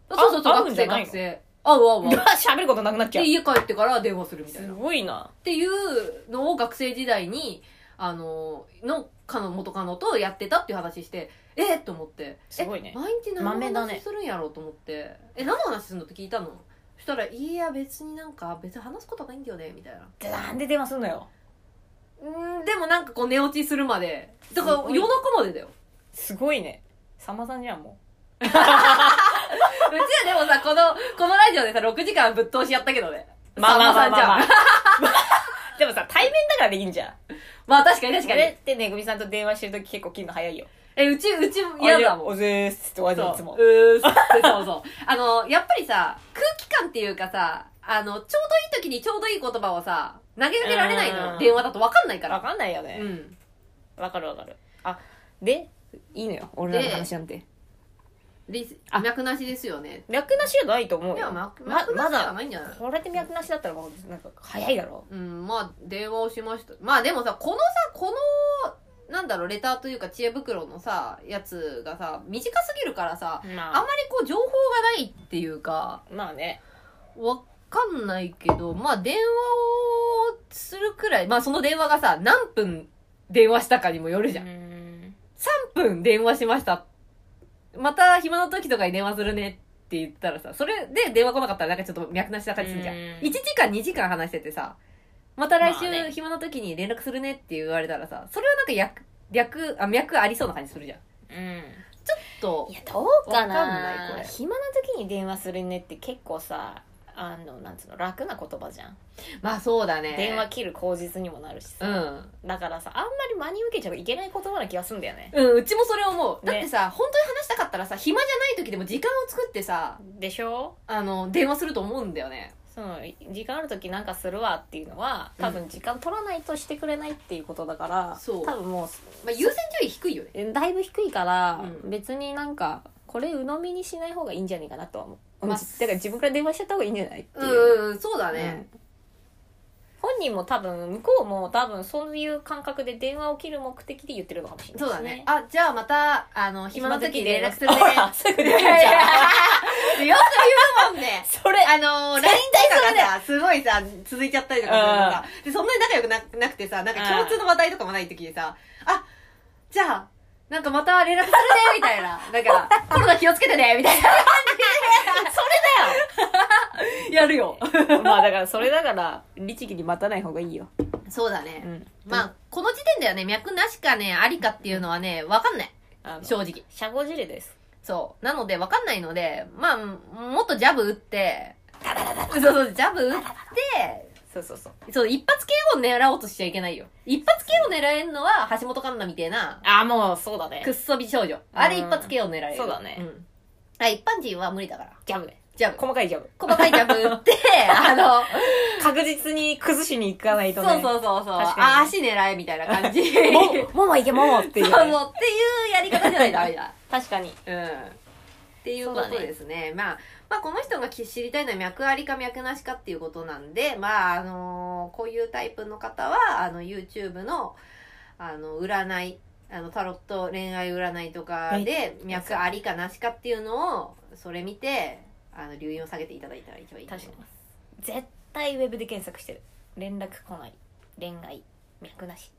Speaker 2: そうそうそう、
Speaker 1: あ会う
Speaker 2: 学
Speaker 1: んじ
Speaker 2: 生、
Speaker 1: ゃない
Speaker 2: 学
Speaker 1: の
Speaker 2: 生。あう あうあう。
Speaker 1: 喋ることなくなっちゃう
Speaker 2: で、家帰ってから電話するみたい
Speaker 1: す
Speaker 2: な。っ
Speaker 1: ごいな
Speaker 2: ていうのを学生時代に、あの、の、かの、元カノとやってたっていう話して、えっと思って。
Speaker 1: すごいね
Speaker 2: え毎日何
Speaker 1: 豆
Speaker 2: の
Speaker 1: だね
Speaker 2: 話するんやろうと思って。え、何の話するのって聞いたのそしたら、いや、別になんか、別に話すことないんだよね、みたいな。
Speaker 1: でなんで電話すんのよ
Speaker 2: うんでもなんかこう寝落ちするまでだから
Speaker 1: すごい
Speaker 2: 夜中までだよ
Speaker 1: すごいねさんまさんじゃんも
Speaker 2: うちはでもさこのこのラジオでさ6時間ぶっ通しやったけどね
Speaker 1: うまあまあまあまあ、ま
Speaker 2: さんまさんじゃん
Speaker 1: あ、 でもさ対面だからできんじゃん
Speaker 2: まあ確かに確か
Speaker 1: そ
Speaker 2: に
Speaker 1: れってねぐみさんと電話してる時結構切るの早いよ
Speaker 2: えうちうち嫌だもん
Speaker 1: おぜーすって終わる
Speaker 2: そ
Speaker 1: の
Speaker 2: う
Speaker 1: いつも
Speaker 2: うーすってそうそうあのやっぱりさ空気感っていうかさあのちょうどいい時にちょうどいい言葉をさ投げかけられないの
Speaker 1: う
Speaker 2: よ
Speaker 1: ん
Speaker 2: 電話だと分かんないか
Speaker 1: わ
Speaker 2: ら
Speaker 1: かんないよ
Speaker 2: う
Speaker 1: ね
Speaker 2: ん
Speaker 1: わ、かるわかるあでいいのよ俺らの話なんて
Speaker 2: リス
Speaker 1: あ
Speaker 2: 脈なしですよね
Speaker 1: 脈なしじゃないと思う
Speaker 2: いや
Speaker 1: よ
Speaker 2: 脈
Speaker 1: ま
Speaker 2: 脈なしじゃないんじゃない、
Speaker 1: これで脈なしだったらもうなんか早いだろ
Speaker 2: うん、まあ、電話をしました。まあでもさ、このさ、この、なんだろう、レターというか知恵袋のさ、やつがさ、短すぎるからさ、あん
Speaker 1: ま
Speaker 2: まりこう情報がないっていうか、
Speaker 1: あまあね
Speaker 2: わかんないけど、まあ電話をするくらい、まあその電話がさ、何分電話したかにもよるじゃん。
Speaker 1: ん
Speaker 2: 3分電話しました。また暇の時とかに電話するねって言ったらさ、それで電話来なかったらなんかちょっと脈なしな感じするじゃん。
Speaker 1: うん
Speaker 2: 1時間2時間話しててさ、また来週
Speaker 1: まあね
Speaker 2: 暇な時に連絡するねって言われたらさ、それはなんか役、略、あ、脈ありそうな感じするじゃん。
Speaker 1: うん
Speaker 2: と
Speaker 1: い、やどうかな
Speaker 2: わかんないこれ
Speaker 1: 暇な時に電話するねって結構さあのなんつうの楽な言葉じゃん、
Speaker 2: まあそうだね。
Speaker 1: 電話切る口実にもなるし
Speaker 2: う
Speaker 1: さ、
Speaker 2: ん。
Speaker 1: だからさあんまり真に受けちゃいけない言葉な気がするんだよね
Speaker 2: うん、うちもそれ思う。だ
Speaker 1: ね
Speaker 2: ってさ、本当に話したかったらさ、暇じゃない時でも時間を作ってさ、
Speaker 1: でしょ
Speaker 2: あの、電話すると思うんだよね。
Speaker 1: その時間ある時なんかするわっていうのは多分時間取らないとしてくれないっていうことだから、
Speaker 2: そう
Speaker 1: 多分もう
Speaker 2: まあ優先順位低いよね。
Speaker 1: えだいぶ低いから、
Speaker 2: うん
Speaker 1: 別になんかこれ鵜呑みにしない方がいいんじゃないかなとは思う、
Speaker 2: まあ
Speaker 1: うんだから自分から電話しちゃった方がいいんじゃないって
Speaker 2: う
Speaker 1: い
Speaker 2: ん
Speaker 1: う、
Speaker 2: うんうん、そうだね。
Speaker 1: うん本人も多分向こうも多分そういう感覚で電話を切る目的で言ってるのかもしれない
Speaker 2: そう
Speaker 1: です
Speaker 2: だね。あ、じゃあまた、あの、暇な時に連絡するね。
Speaker 1: ほら すぐ
Speaker 2: い
Speaker 1: 出
Speaker 2: や
Speaker 1: る
Speaker 2: い
Speaker 1: じゃん
Speaker 2: やいやよく言うもんね。
Speaker 1: それ
Speaker 2: あのー、LINE とかがさ、すごいさ、続いちゃったりとかするのさ、で、そんなに仲良くななくてさ、なんか共通の話題とかもない時にさ、あ、じゃあ、なんかまた連絡するね、みたい な。なんか、コロナ気をつけてね、みたいな。 やるよ。
Speaker 1: それだよ まあだからそれだから律儀に待たない方がいいよ、
Speaker 2: そうだ
Speaker 1: う
Speaker 2: ね。
Speaker 1: ん、
Speaker 2: まあ、この時点ではね、脈なしかね、ありかっていうのはね、わかんない。
Speaker 1: あの
Speaker 2: 正直。
Speaker 1: 社交辞令です
Speaker 2: そう。なので、わかんないので、まあ、もっとジャブ打 って、そうそう、ジャブ打って、
Speaker 1: そうそうそう
Speaker 2: そう、一発系を狙おうとしちゃいけないよ。一発系を狙えるのは、橋本環奈みたいな、
Speaker 1: ああもうそうだね
Speaker 2: くっそ美少女。あれ一発系を狙える。
Speaker 1: そうだね
Speaker 2: ん。あ、一般人は無理だから。
Speaker 1: ジャブね
Speaker 2: ジャブ。
Speaker 1: 細かいジャブ
Speaker 2: 細かいジャブ 打って、あの、
Speaker 1: 確実に崩しに行かない
Speaker 2: そ
Speaker 1: と
Speaker 2: う
Speaker 1: ね
Speaker 2: そうそうそう。
Speaker 1: 確かに
Speaker 2: あ、足狙えみたいな 感じ。
Speaker 1: も、ももいけももっていう、
Speaker 2: そうそうっていうやり方じゃないとダメだ。
Speaker 1: 確かに。
Speaker 2: うん。っていうこと
Speaker 1: そうだね
Speaker 2: ですね。まあ、まあ、この人が知りたいのは脈ありか脈なしかっていうことなんで、まあ、あのーこういうタイプの方は、あの、YouTube の、あの、占い、あの、タロット恋愛占いとかで、脈ありかなしかっていうのを、それ見て、あの、留飲を下げていただいたら一番いいと思います。
Speaker 1: 絶対ウェブで検索してる。連絡来ない。恋愛。脈なし。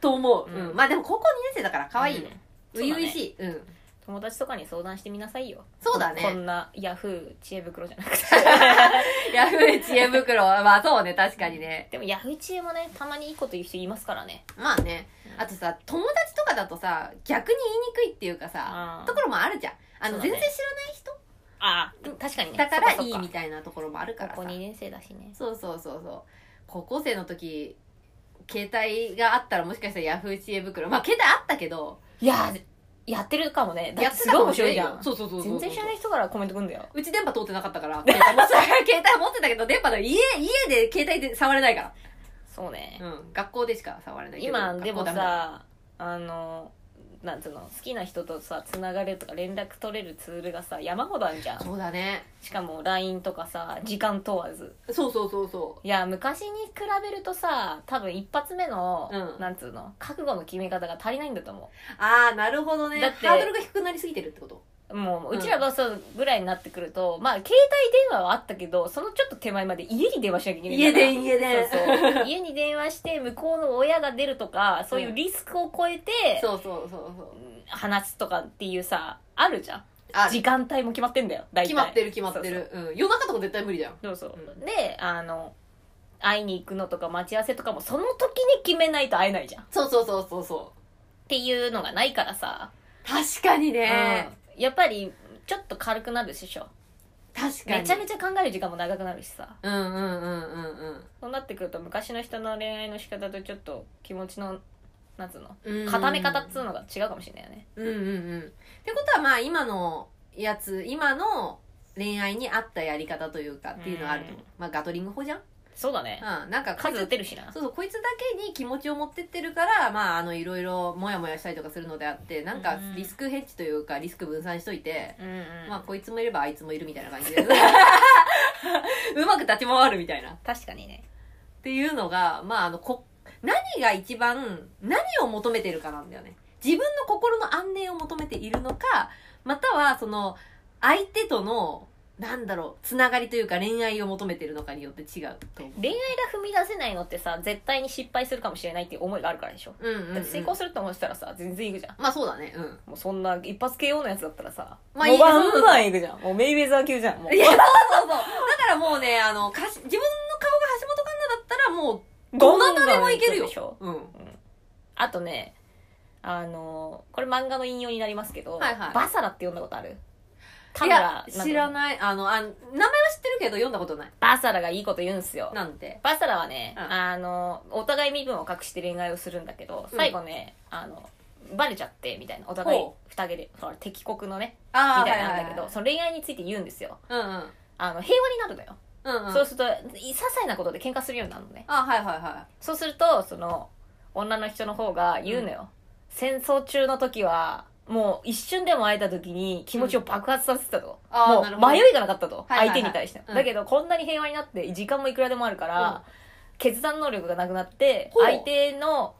Speaker 2: と思う。
Speaker 1: うん
Speaker 2: うん。まあ、でも高校2年生だから可愛いね。
Speaker 1: うん
Speaker 2: 初々、しい。 うん。
Speaker 1: 友達とかに相談してみなさいよ。
Speaker 2: そうだね
Speaker 1: こんな、ヤフー知恵袋じゃなくて。
Speaker 2: ヤフー知恵袋。まあ、そうね、確かにね。
Speaker 1: でもヤフー知恵もね、たまにいいこと言う人いますからね。
Speaker 2: まあね。あとさ、友達とかだとさ、逆に言いにくいっていうかさ、
Speaker 1: あ
Speaker 2: ところもあるじゃん。あ
Speaker 1: そう
Speaker 2: の、
Speaker 1: だ
Speaker 2: 全
Speaker 1: ね
Speaker 2: 然知らない人
Speaker 1: あー、確かにね。
Speaker 2: だからいいみ
Speaker 1: い
Speaker 2: たいなところもあるからさ。
Speaker 1: ここ2年生だしね。
Speaker 2: そうそうそうそう。高校生の時、携帯があったらもしかしたらヤフー知恵袋。まあ、携帯あったけど、
Speaker 1: いやー、やってるかもね。だ
Speaker 2: や
Speaker 1: っ
Speaker 2: ってて
Speaker 1: す
Speaker 2: た
Speaker 1: ごい
Speaker 2: かも
Speaker 1: 面白
Speaker 2: しれないい
Speaker 1: じゃ
Speaker 2: よ。
Speaker 1: ん。
Speaker 2: そうそうそうそう。
Speaker 1: 全然知らない人からコメントくんだよ。
Speaker 2: うち電波通ってなかったから、携帯持ってた携帯持ってたけど、電波の家、家で携帯で触れないか
Speaker 1: そうね。
Speaker 2: ら。うん。学校でしか触れないけど。
Speaker 1: 今
Speaker 2: 学校
Speaker 1: でも
Speaker 2: ダメだ
Speaker 1: さあのなんつうの好きな人とさつながれるとか連絡取れるツールがさ山ほどあるじゃん
Speaker 2: そうだね。
Speaker 1: しかも LINE とかさ時間問わず
Speaker 2: そうそうそうそう。
Speaker 1: いや昔に比べるとさ多分一発目の、
Speaker 2: うん
Speaker 1: なんつうの覚悟の決め方が足りないんだと思
Speaker 2: ああ、なるほどね。
Speaker 1: だって
Speaker 2: ハードルが低くなりすぎてるってこと
Speaker 1: うもう
Speaker 2: うん
Speaker 1: うちらがそうぐらいになってくると、まあ携帯電話はあったけどそのちょっと手前まで家に電話しなきゃいけないから
Speaker 2: 家
Speaker 1: そう そう家に電話して向こうの親が出るとかそういうリスクを超えて、
Speaker 2: そうそうそうそう。
Speaker 1: 話すとかっていうさあるじゃん
Speaker 2: あ、
Speaker 1: 時間帯も決まってんだよ大体
Speaker 2: 決まってる決まってる。うん。夜中とか絶対無理だよ。
Speaker 1: そうそうそう、
Speaker 2: う
Speaker 1: であの会いに行くのとか待ち合わせとかもその時に決めないと会えないじゃんっ
Speaker 2: そうそうそうそうそう。
Speaker 1: ていうのがないからさ、
Speaker 2: 確かにね。
Speaker 1: うんやっぱりちょっと軽くなるでしょ
Speaker 2: 確かに。
Speaker 1: めちゃめ
Speaker 2: ち
Speaker 1: ちゃ考える時間も長くなるしさ
Speaker 2: ゃ。うんうんうんうん
Speaker 1: そうなってくると昔の人の恋愛の仕方とちょっと気持ちのなんつうの
Speaker 2: うんうん。
Speaker 1: 固め方っつうのが違うかもしれないよね
Speaker 2: うんうんうん。ってことはまあ今のやつ、今の恋愛に合ったやり方というかっていうのはあると思う
Speaker 1: う。
Speaker 2: まあガトリング法じゃん
Speaker 1: そうだね
Speaker 2: うん。なんかこいつ
Speaker 1: 数打てるしな
Speaker 2: そうそう、こいつだけに気持ちを持ってってるから、まあ、あの、いろいろ、もやもやしたりとかするのであって、なんか
Speaker 1: うん、
Speaker 2: リスクヘッジというか、リスク分散しといて、
Speaker 1: うんうん
Speaker 2: まあ、こいつもいれば、あいつもいるみたいな感じで。 うまく立ち回るみたいな。っ
Speaker 1: 確かにね
Speaker 2: ていうのが、まあ、あの、こ、何が一番、何を求めてるかなんだよね。自分の心の安寧を求めているのか、または、その、相手との、なんだろう、つながりというか恋愛を求めてるのかによって違うと思う。
Speaker 1: 恋愛が踏み出せないのってさ絶対に失敗するかもしれないっていう思いがあるからでしょ、
Speaker 2: うんうん、うん。
Speaker 1: だって成功すると思ってたらさ全然いくじゃん
Speaker 2: まあそうだね、うん。
Speaker 1: もうそんな一発 KO のやつだったらさ
Speaker 2: まあ
Speaker 1: もう
Speaker 2: いい
Speaker 1: バン
Speaker 2: そうそう
Speaker 1: バンいくじゃんもうメイウェザー級じゃんもう
Speaker 2: いや、そうそうそう。だからもうね、あの、かし自分の顔が橋本環奈だったらもう、どなたでもいけるよ
Speaker 1: でしょ
Speaker 2: うん。
Speaker 1: あとねあのこれ漫画の引用になりますけど、
Speaker 2: はいはい
Speaker 1: バサラって読んだことある田
Speaker 2: い
Speaker 1: 村
Speaker 2: や、
Speaker 1: なんか
Speaker 2: 知らない。あの、あ、名前は知ってるけど読んだことない。
Speaker 1: バサラがいいこと言うんすよ
Speaker 2: なんて。
Speaker 1: バサラはね、
Speaker 2: うん
Speaker 1: あのお互い身分を隠して恋愛をするんだけど
Speaker 2: うん
Speaker 1: 最後ね、あのバレちゃってみたいなお互い
Speaker 2: ほ
Speaker 1: 二毛でほら敵国のねみ
Speaker 2: あー
Speaker 1: たいなのあるんだけど、
Speaker 2: はい
Speaker 1: その恋愛について言うんですよ
Speaker 2: はいはい
Speaker 1: あの平和になるのよ、
Speaker 2: うんうん。うんうん。
Speaker 1: そうするとい些細なことで喧嘩するようになるのね
Speaker 2: あ、はいはいは
Speaker 1: そうするとその女の人の方が言うのよ、戦争中の時はもう一瞬でも会えた時に気持ちを爆発させてたと、
Speaker 2: あーなるほ
Speaker 1: も
Speaker 2: ど
Speaker 1: う迷いがなかったと、
Speaker 2: はいはいはい
Speaker 1: 相手に対して、
Speaker 2: うん
Speaker 1: だけどこんなに平和になって時間もいくらでもあるから、決断能力がなくなって
Speaker 2: ほう
Speaker 1: 相手の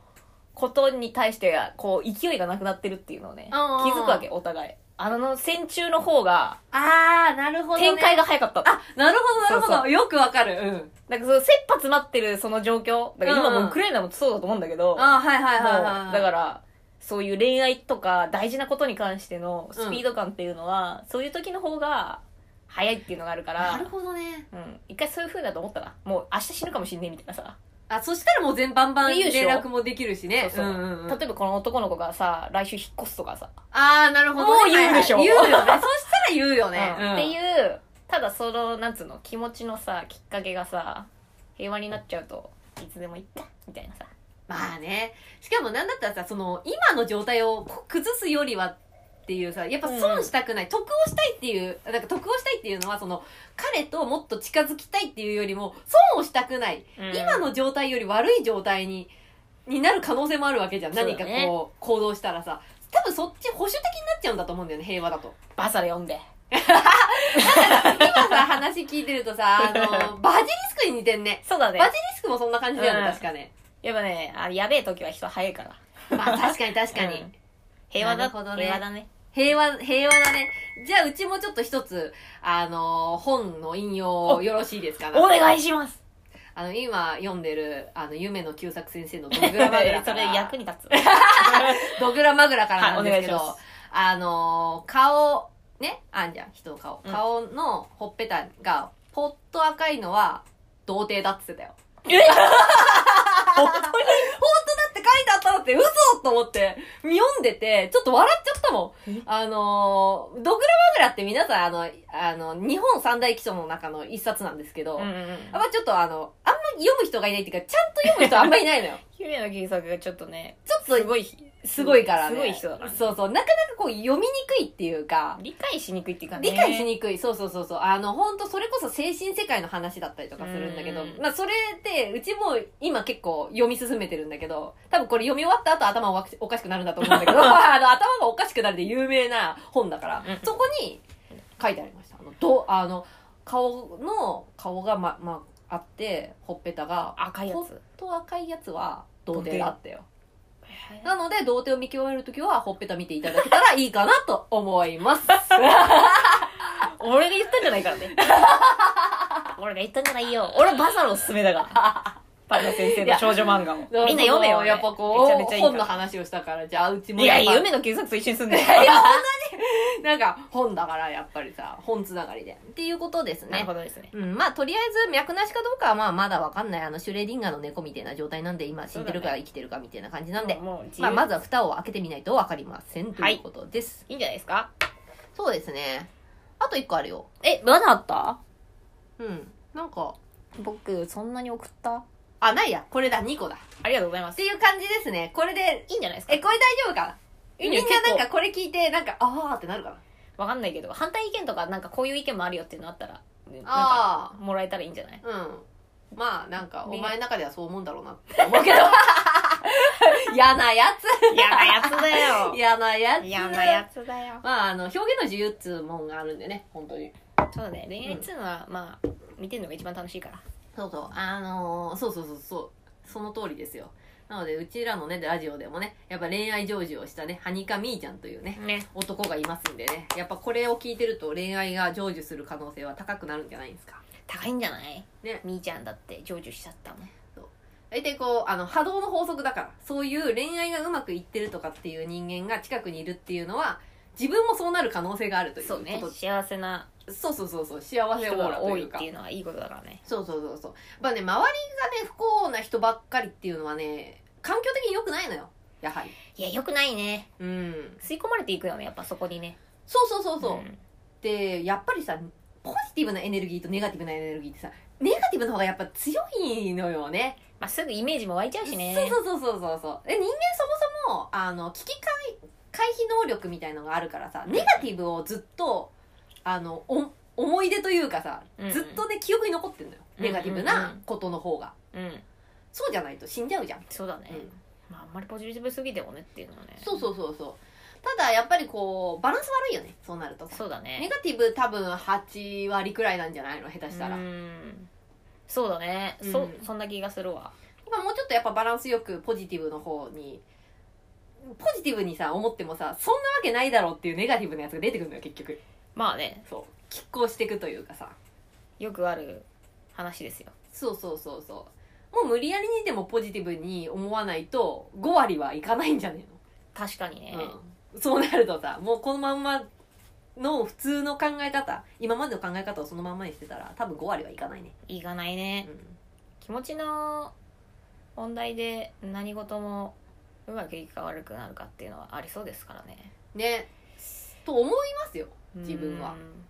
Speaker 1: ことに対してこう勢いがなくなってるっていうのをね気
Speaker 2: うんうんうん
Speaker 1: づくわけお互いあの戦中の方が
Speaker 2: い。あー、なるほど、ね。
Speaker 1: 展開が早かった
Speaker 2: あ、なるほどなるほど。
Speaker 1: そうそ
Speaker 2: よくわかる。うん。
Speaker 1: なんかその切羽詰まってるその状況だから今もウクライナもそうだと思うんだけど、
Speaker 2: あー、はいはいはいはいは
Speaker 1: も
Speaker 2: い。
Speaker 1: うだからそういう恋愛とか大事なことに関してのスピード感っていうのは、そういう時の方が早いっていうのがあるから
Speaker 2: なるほどね。
Speaker 1: うん、一回そういう風だと思ったらもう明日死ぬかもしんねえみたいなさ、
Speaker 2: あ、そしたらもう全バンバン
Speaker 1: いいでしょ
Speaker 2: 連絡もできるしね。
Speaker 1: そうそう、
Speaker 2: んうんうん、
Speaker 1: 例えばこの男の子がさ来週引っ越すとかさ、
Speaker 2: あー、なるほど、
Speaker 1: もう言うでしょ
Speaker 2: はいはい言うよね。そしたら言うよね。。
Speaker 1: うんっていううただそのなんつうの気持ちのさきっかけがさ平和になっちゃうといつでも行ったみたいなさ
Speaker 2: まあね。しかもなんだったらさ、その、今の状態をこ崩すよりはっていうさ、やっぱ損したくない。得をしたいっていう、なんか得をしたいっていうのは、その、彼ともっと近づきたいっていうよりも、損をしたくない。
Speaker 1: うん
Speaker 2: 今の状態より悪い状態に、になる可能性もあるわけじゃん。
Speaker 1: そうだ
Speaker 2: 何
Speaker 1: ね
Speaker 2: かこう、行動したらさ。多分そっち保守的になっちゃうんだと思うんだよね、平和だと。
Speaker 1: バサラ読んで
Speaker 2: 今さ、話聞いてるとさ、 あの、バジリスクに似てんね。
Speaker 1: そうだね
Speaker 2: バジリスクもそんな感じだよね、
Speaker 1: うん
Speaker 2: 確かね。
Speaker 1: やっぱねあやべえ時は人早いから
Speaker 2: まあ確かに確かに。
Speaker 1: うん平和だ
Speaker 2: なるほどね
Speaker 1: 平和だね
Speaker 2: 平和、平和だね。じゃあ、うちもちょっと一つ、あのー本の引用よろしいですか
Speaker 1: お願い
Speaker 2: し
Speaker 1: します
Speaker 2: あの、今読んでる、あの、夢の旧作先生のドグラマグラ
Speaker 1: そ
Speaker 2: から。
Speaker 1: れ役に立 つ。
Speaker 2: ドグラマグラからなんですけど、
Speaker 1: はいお願いし
Speaker 2: あのー顔、ね、あんじゃん、人の顔。
Speaker 1: うん
Speaker 2: 顔のほっぺたが、ポッと赤いのは、童貞だって言ってたよ。
Speaker 1: え本当に
Speaker 2: だって書いてあったのって嘘と思って、読んでて、ちょっと笑っちゃったも
Speaker 1: え
Speaker 2: ん。あのー、ドグラマグラって皆さん、あの、あの、日本三大記書の中の一冊なんですけど、やっぱちょっとあの、あんま読む人がいないっていうか、ちゃんと読む人あんまいないのよ。
Speaker 1: 姫の金作がちょっとね、
Speaker 2: ちょっ
Speaker 1: す
Speaker 2: と、
Speaker 1: ごい、
Speaker 2: すごいからね。
Speaker 1: すごい人だからね
Speaker 2: そうそう、なかなかこう、読みにくいっていうか、
Speaker 1: 理解しにくいっていうかね。
Speaker 2: 理解しにくい。そうそうそうそう。あの、本当それこそ精神世界の話だったりとかするんだけど
Speaker 1: うん、
Speaker 2: まあそれって、うちも今結構読み進めてるんだけど、多分これ読み終わった後頭おかしおかしくなるんだと思うん だけど、あの、頭がおかしくなるで有名な本だから
Speaker 1: うん、
Speaker 2: そこに書いてありました。あの、どう、あの、顔の、顔がま、まあ、あって、ほっぺたが、
Speaker 1: 赤いや
Speaker 2: ほっ
Speaker 1: つ。
Speaker 2: と赤いやつは、童貞だったよ。
Speaker 1: え
Speaker 2: なので、童貞を見極めるときは、ほっぺた見ていただけたらいいかなと思い ます。
Speaker 1: ー俺が言ったんじゃないから ね。俺が言ったんじゃないよ。俺バサロおすすめだから。パンダ先生の少女漫画も。みんな読めよ。あれ
Speaker 2: やっぱこ
Speaker 1: めちゃめ
Speaker 2: う、
Speaker 1: ちゃいい
Speaker 2: 本
Speaker 1: か
Speaker 2: の
Speaker 1: ら
Speaker 2: 話をしたから、じゃあうちも。
Speaker 1: いや、
Speaker 2: やっぱ
Speaker 1: 夢の金作と一緒に住んで。
Speaker 2: いや、本当に。なんか、本だから、やっぱりさ、本つながりで。っていうことです
Speaker 1: なる
Speaker 2: ね
Speaker 1: ほ。どですね。
Speaker 2: うん、まあ、とりあえず、脈なしかどうかは、まあ、まだわかんない。あの、シュレディンガーの猫みたいな状態なんで、今死んでる
Speaker 1: そ
Speaker 2: か
Speaker 1: うだ
Speaker 2: 生きてるかみたいな感じなんで、
Speaker 1: もう自由
Speaker 2: まあ、まずは蓋を開けてみないとわかりません、と
Speaker 1: はいいう
Speaker 2: ことです。
Speaker 1: いいんじゃないですか
Speaker 2: そうですね。あと一個あるよ。
Speaker 1: え、まだあった
Speaker 2: うん。なんか、
Speaker 1: 僕、そんなに送った
Speaker 2: あ、ないや。これだ、2個だ。っ
Speaker 1: ありがとうございます。
Speaker 2: ていう感じですね。これで、
Speaker 1: いいんじゃないですか
Speaker 2: え、これ大丈夫かみんななんかこれ聞いて、なんか、あーってなるかな。
Speaker 1: わかんないけど反対意見とかなんかこういう意見もあるよっていうのあったらなんか
Speaker 2: あ
Speaker 1: もらえたらいいんじゃない
Speaker 2: あうんまあなんか
Speaker 1: ね
Speaker 2: お前の中ではそう思うんだろうなって思うけ ど嫌なや
Speaker 1: 嫌な やつだ
Speaker 2: つ
Speaker 1: よ
Speaker 2: 嫌なやつ
Speaker 1: 嫌なやつだよ
Speaker 2: まああの表現の自由っつうもんがあるんでね本当に
Speaker 1: そうだね恋愛っつうのは、まあ見てるのが一番楽しいから
Speaker 2: そうそうあのーそうそうそうそうその通りですよなのでうちらのねラジオでもねやっぱ恋愛成就をしたねハニカミーちゃんというね
Speaker 1: ね
Speaker 2: 男がいますんでねやっぱこれを聞いてると恋愛が成就する可能性は高くなるんじゃないですか
Speaker 1: 高いんじゃない
Speaker 2: ね
Speaker 1: みーちゃんだって成就しちゃったもん
Speaker 2: 大体こうあの波動の法則だからそういう恋愛がうまくいってるとかっていう人間が近くにいるっていうのは自分もそうなる可能性があるという
Speaker 1: そ
Speaker 2: こと
Speaker 1: うね幸せな
Speaker 2: そうそうそうそう幸せオ
Speaker 1: 人
Speaker 2: ーラ
Speaker 1: が多
Speaker 2: と
Speaker 1: い
Speaker 2: い
Speaker 1: っ
Speaker 2: うか
Speaker 1: ていうのはいいことだからね
Speaker 2: そうそうそうそうまあね周りがね不幸な人ばっかりっていうのはね環境的に良くないのよやはり
Speaker 1: いやよくないね
Speaker 2: うん
Speaker 1: 吸い込まれていくよねやっぱそこにね
Speaker 2: そうそうそうそう、
Speaker 1: ん
Speaker 2: でやっぱりさポジティブなエネルギーとネガティブなエネルギーってさネガティブの方がやっぱ強いのよね
Speaker 1: まあ、すぐイメージも湧いちゃうしね
Speaker 2: そうそうそうそうそうそうで人間そもそもあの危機回回避能力みたいのがあるからさネガティブをずっとあのお思い出というかさ、
Speaker 1: うんうん
Speaker 2: ずっとね記憶に残ってんのよ
Speaker 1: うんう
Speaker 2: ネ
Speaker 1: んうん
Speaker 2: ガティブなことの方が、
Speaker 1: うん
Speaker 2: そうじゃないと死んじゃうじゃん、
Speaker 1: そうだね、
Speaker 2: うん
Speaker 1: まあ、あんまりポジティブすぎてもねっていうのはね
Speaker 2: そうそうそうそうただやっぱりこうバランス悪いよねそうなるとさ
Speaker 1: そうだ
Speaker 2: ネ
Speaker 1: ね
Speaker 2: ガティブ多分8割くらいなんじゃないの下手したら、
Speaker 1: うんそうだね、そ
Speaker 2: うん
Speaker 1: そんな気がするわ
Speaker 2: まあ、もうちょっとやっぱバランスよくポジティブの方にポジティブにさ思ってもさそんなわけないだろうっていうネガティブなやつが出てくるのよ結局
Speaker 1: まあね
Speaker 2: そう拮抗していくというかさ
Speaker 1: よくある話ですよ
Speaker 2: そうそうそうそうもう無理やりにでもポジティブに思わないと5割はいかないんじゃね
Speaker 1: 確かに
Speaker 2: え
Speaker 1: ね、
Speaker 2: の、うん、そうなるとさもうこのまんまの普通の考え方今までの考え方をそのまんまにしてたら多分5割はいかないね、
Speaker 1: いかないうね、
Speaker 2: ん、
Speaker 1: 気持ちの問題で何事もうまくいくか悪くなるかっていうのはありそうですからね
Speaker 2: ねと思いますよ自分は
Speaker 1: うん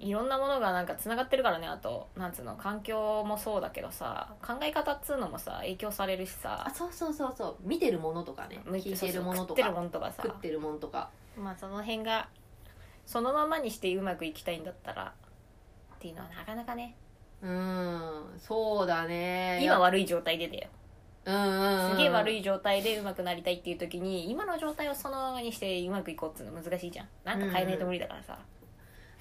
Speaker 1: いろんなものがなんかつながってるからねあとなんつうの環境もそうだけどさ考え方っつうのもさ影響されるし
Speaker 2: あ
Speaker 1: さ
Speaker 2: そうそうそうそう見てるものとかね聞いてるもの
Speaker 1: そうそう食
Speaker 2: と
Speaker 1: ってる
Speaker 2: か
Speaker 1: ものとかさ
Speaker 2: 食ってるものとか
Speaker 1: まあその辺がそのままにしてうまくいきたいんだったらっていうのはなかなかね
Speaker 2: うーんそうだね
Speaker 1: 今悪い状態でだよ
Speaker 2: うんうん
Speaker 1: すげえ悪
Speaker 2: い
Speaker 1: い状態でうまくなりたいっていう時に今の状態をそのままにしてうまくいこうっていうの難しいじゃんなんか変えないと無理だからさ、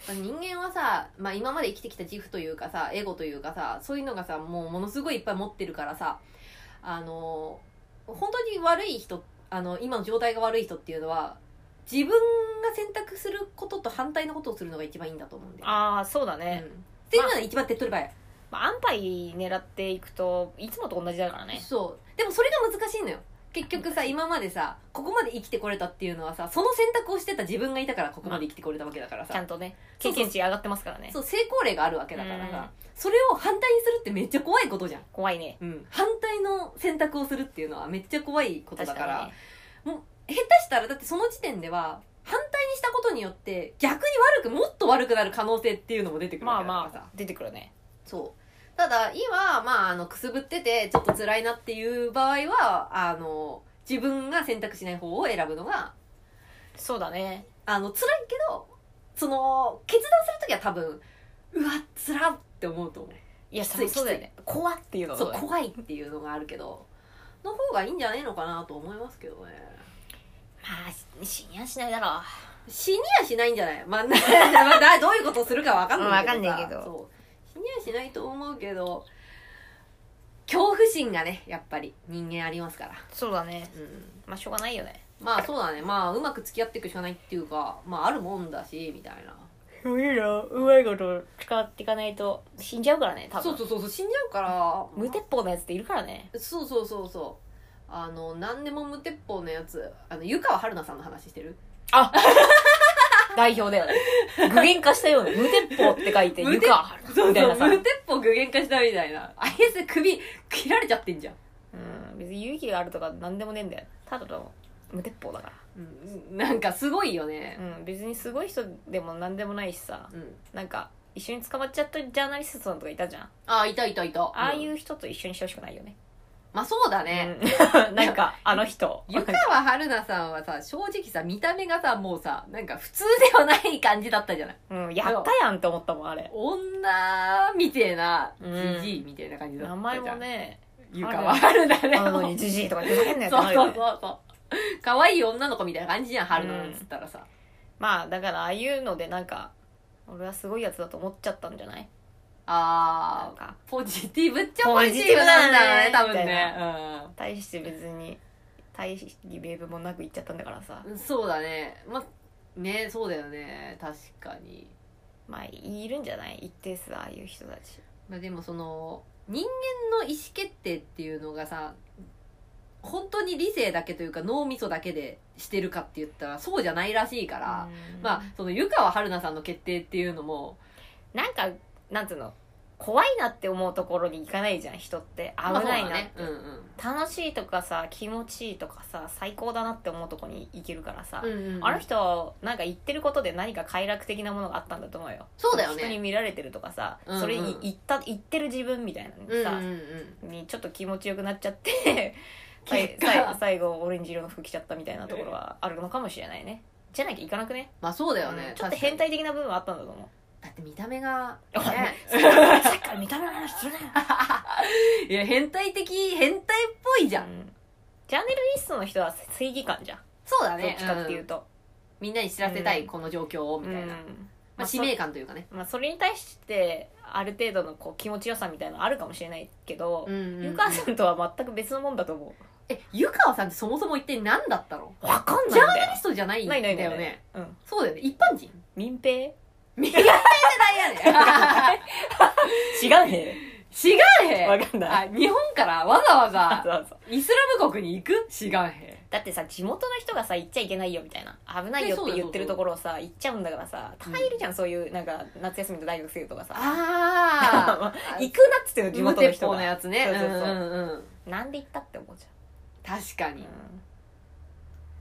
Speaker 2: 人間はさ、まあ、今まで生きてきた自負というかさエゴというかさそういうのがさもうものすごいいっぱい持ってるからさあの本当に悪い人あの今の状態が悪い人っていうのは自分が選択することと反対のことをするのが一番いいんだと思うんで、
Speaker 1: ああそうだ
Speaker 2: うん、っ
Speaker 1: ね、
Speaker 2: ていうのが一番手っ取り早い、
Speaker 1: まあ、安牌狙っていくといつもと同じだからね
Speaker 2: そうでもそれが難しいのよ結局さ今までさここまで生きてこれたっていうのはさその選択をしてた自分がいたからここまで生きてこれたわけだからさ、
Speaker 1: ちゃんとね経
Speaker 2: そうそう
Speaker 1: 験値上がってますからね
Speaker 2: そう成功例があるわけだから
Speaker 1: うん
Speaker 2: さそれを反対にするってめっちゃ怖いことじゃん、
Speaker 1: 怖いね
Speaker 2: うん、反対の選択をするっていうのはめっちゃ怖いことだ
Speaker 1: 確
Speaker 2: から
Speaker 1: かにね
Speaker 2: 下手したらだってその時点では反対にしたことによって逆に悪くもっと悪くなる可能性っていうのも出てくるわ
Speaker 1: まあ
Speaker 2: けだからさ
Speaker 1: ま、あ出てくるね
Speaker 2: そうただ今、まあ、あのくすぶっててちょっと辛いなっていう場合はあの自分が選択しない方を選ぶのが
Speaker 1: そうだね
Speaker 2: あの辛いけどその決断する時は多分うわ辛っって思うと思う
Speaker 1: いや
Speaker 2: きつい
Speaker 1: そうだよね怖っていうの
Speaker 2: そ
Speaker 1: だ
Speaker 2: う
Speaker 1: ね
Speaker 2: 怖いっていうのがあるけどの方がいいんじゃないのかなと思いますけどね
Speaker 1: まあし死にはしないだろう
Speaker 2: 死にはしないんじゃない、まあ、 なまあだどういうことをするかわかんないけ
Speaker 1: う
Speaker 2: どさ
Speaker 1: んわかんないけど
Speaker 2: そう死にはしないと思うけど恐怖心がねやっぱり人間ありますから、
Speaker 1: そうだね
Speaker 2: うん、
Speaker 1: まあしょうがないよね
Speaker 2: まあそうだねまあうまく付き合っていくしかないっていうかまああるもんだしみたいな
Speaker 1: そういうのうまいこと使っていかないと死んじゃうからね多分
Speaker 2: そうそうそうそう死んじゃうから
Speaker 1: 無鉄砲のやつっているからね
Speaker 2: そうそうそうそうあの何でも無鉄砲のやつあの湯川春菜さんの話してる
Speaker 1: 代表だよね具現化したよ うな無鉄砲って書いて
Speaker 2: 無鉄
Speaker 1: 湯川春菜みたいなさ
Speaker 2: 無鉄砲具現化したみたいなあいつ首切られちゃってんじゃん、
Speaker 1: うん別に勇気があるとか何でもねえんだよただの無鉄砲だか
Speaker 2: うん、なんかすごいよね
Speaker 1: ら、うん、別にすごい人でも何でもないしさ
Speaker 2: うん、
Speaker 1: なんか一緒に捕まっちゃったジャーナリストさんとかいたじゃん
Speaker 2: あいたいたいた
Speaker 1: ああい
Speaker 2: ん
Speaker 1: う人と一緒にしてほしくないよね、
Speaker 2: まあそうだね、
Speaker 1: うん なんかあの人
Speaker 2: 湯川春菜さんはさ正直さ見た目がさもうさなんか普通ではない感じだったじゃない
Speaker 1: うん、やったやんって思ったもんあれ
Speaker 2: 女みてえな
Speaker 1: うん
Speaker 2: じじいみたいな感じだった
Speaker 1: 名
Speaker 2: じゃん
Speaker 1: 前もね
Speaker 2: 湯川春菜ね
Speaker 1: あのにじじいとか言ってんのやつ
Speaker 2: そう
Speaker 1: ある
Speaker 2: そ
Speaker 1: よ
Speaker 2: う
Speaker 1: ね
Speaker 2: そうそう可愛い女の子みたいな感じじゃん春菜なんつったらさ、
Speaker 1: まあだからああいうのでなんか俺はすごいやつだと思っちゃったんじゃないな
Speaker 2: あ
Speaker 1: ん
Speaker 2: ー
Speaker 1: か
Speaker 2: ポジティブっちゃポジティブなんだよね多分ね、
Speaker 1: 大して別に大してベーブもなく行っちゃったんだからさ
Speaker 2: うん、そうだねまあねそうだよね確かに、
Speaker 1: まあいるんじゃない一定数ああいう人たち
Speaker 2: まあ、でもその人間の意思決定っていうのがさ本当に理性だけというか脳みそだけでしてるかって言ったらそうじゃないらしいから、まあその湯川春菜さんの決定っていうのも
Speaker 1: なんかなんつうの怖いなって思うところに行かないじゃん人って危
Speaker 2: まあそう
Speaker 1: ないな、
Speaker 2: だねうんうん
Speaker 1: 楽しいとかさ気持ちいいとかさ最高だなって思うとこに行けるからさ、
Speaker 2: うんうん
Speaker 1: あの人なんか言ってることで何か快楽的なものがあったんだと思うよ
Speaker 2: そうだよね
Speaker 1: 人に見られてるとかさ、
Speaker 2: うんうん
Speaker 1: それに言った言ってる自分みたいなのにさ、
Speaker 2: うんうんうん
Speaker 1: にちょっと気持ちよくなっちゃって
Speaker 2: 結果
Speaker 1: さい最後オレンジ色の服着ちゃったみたいなところはあるのかもしれないねじゃなきゃいかなくね
Speaker 2: まあそうだよね、
Speaker 1: うんちょっと変態的な部分はあったんだと思う
Speaker 2: だって見た目 が、
Speaker 1: お前
Speaker 2: ね、
Speaker 1: さっきから見た目の話するなよ、
Speaker 2: いや変態的変態っぽいじゃん
Speaker 1: うんジャーナリストの人は正義感じゃん
Speaker 2: そうだ
Speaker 1: どっ
Speaker 2: ね
Speaker 1: ちかっていう
Speaker 2: うん
Speaker 1: と、
Speaker 2: みんなに知らせたい、
Speaker 1: うん
Speaker 2: この状況をみたいな、ま
Speaker 1: うん
Speaker 2: あ、使命感というかね、
Speaker 1: まあ、それに対してある程度のこう気持ちよさみたいなのあるかもしれないけど、
Speaker 2: うんうんうん
Speaker 1: ゆかさんとは全く別のもんだと思
Speaker 2: え湯川さんってそもそも一体何だったの
Speaker 1: うわかん
Speaker 2: ジャー
Speaker 1: だよ
Speaker 2: ナリストじゃないんだ
Speaker 1: ない
Speaker 2: よ
Speaker 1: ない
Speaker 2: ね
Speaker 1: ないないうん、
Speaker 2: そうだよね一般人
Speaker 1: 民兵
Speaker 2: 見えない や
Speaker 1: 違うね
Speaker 2: 志願兵
Speaker 1: わかんない
Speaker 2: あ日本からわざわざ
Speaker 1: そうそう
Speaker 2: イスラム国に行く志願兵
Speaker 1: だってさ地元の人がさ行っちゃいけないよみたいな危ないよって言ってるところをさ行っちゃうんだからさたまにいるじゃん、そういうなんか夏休みの大学生とかさ
Speaker 2: あ
Speaker 1: 行
Speaker 2: あ
Speaker 1: くなっつってんの地
Speaker 2: 無
Speaker 1: 元の
Speaker 2: 鉄
Speaker 1: 人
Speaker 2: 砲の
Speaker 1: が
Speaker 2: やつね
Speaker 1: そうそうそう
Speaker 2: うんうんうん
Speaker 1: なんで行ったって思うじ
Speaker 2: 確か
Speaker 1: ゃ
Speaker 2: に
Speaker 1: ん、うん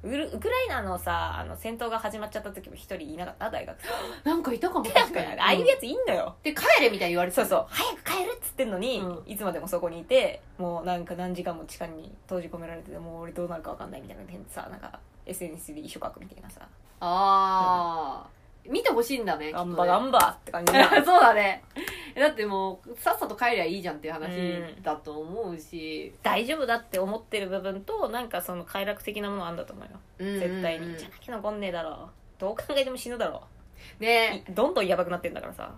Speaker 1: ウルウクライナのさあの戦闘が始まっちゃった時も一人いなかった大学生
Speaker 2: なんかいたかも確かに
Speaker 1: ああいうやついんのよ、
Speaker 2: で帰れみたいに言われて
Speaker 1: そう
Speaker 2: た
Speaker 1: そう早く帰るっつってんのに、
Speaker 2: う
Speaker 1: いつまでもそこにいてもうなんか何時間も地下に閉じ込められててもう俺どうなるか分かんないみたいなさなんか SNS で遺書書くみたいなさ
Speaker 2: ああ見てほしいんだねきっ
Speaker 1: ガ
Speaker 2: とね
Speaker 1: ンバガンバって感じだ
Speaker 2: そうだねだってもうさっさと帰りゃいいじゃんっていう話
Speaker 1: うん
Speaker 2: だと思うし、
Speaker 1: 大丈夫だって思ってる部分となんかその快楽的なものあんだと思うよ
Speaker 2: うん
Speaker 1: 絶対
Speaker 2: うんう
Speaker 1: に
Speaker 2: ん
Speaker 1: じゃなきゃ残んねえだろどう考えても死ぬだろ
Speaker 2: ね
Speaker 1: いどんどんやばくなってんだからさ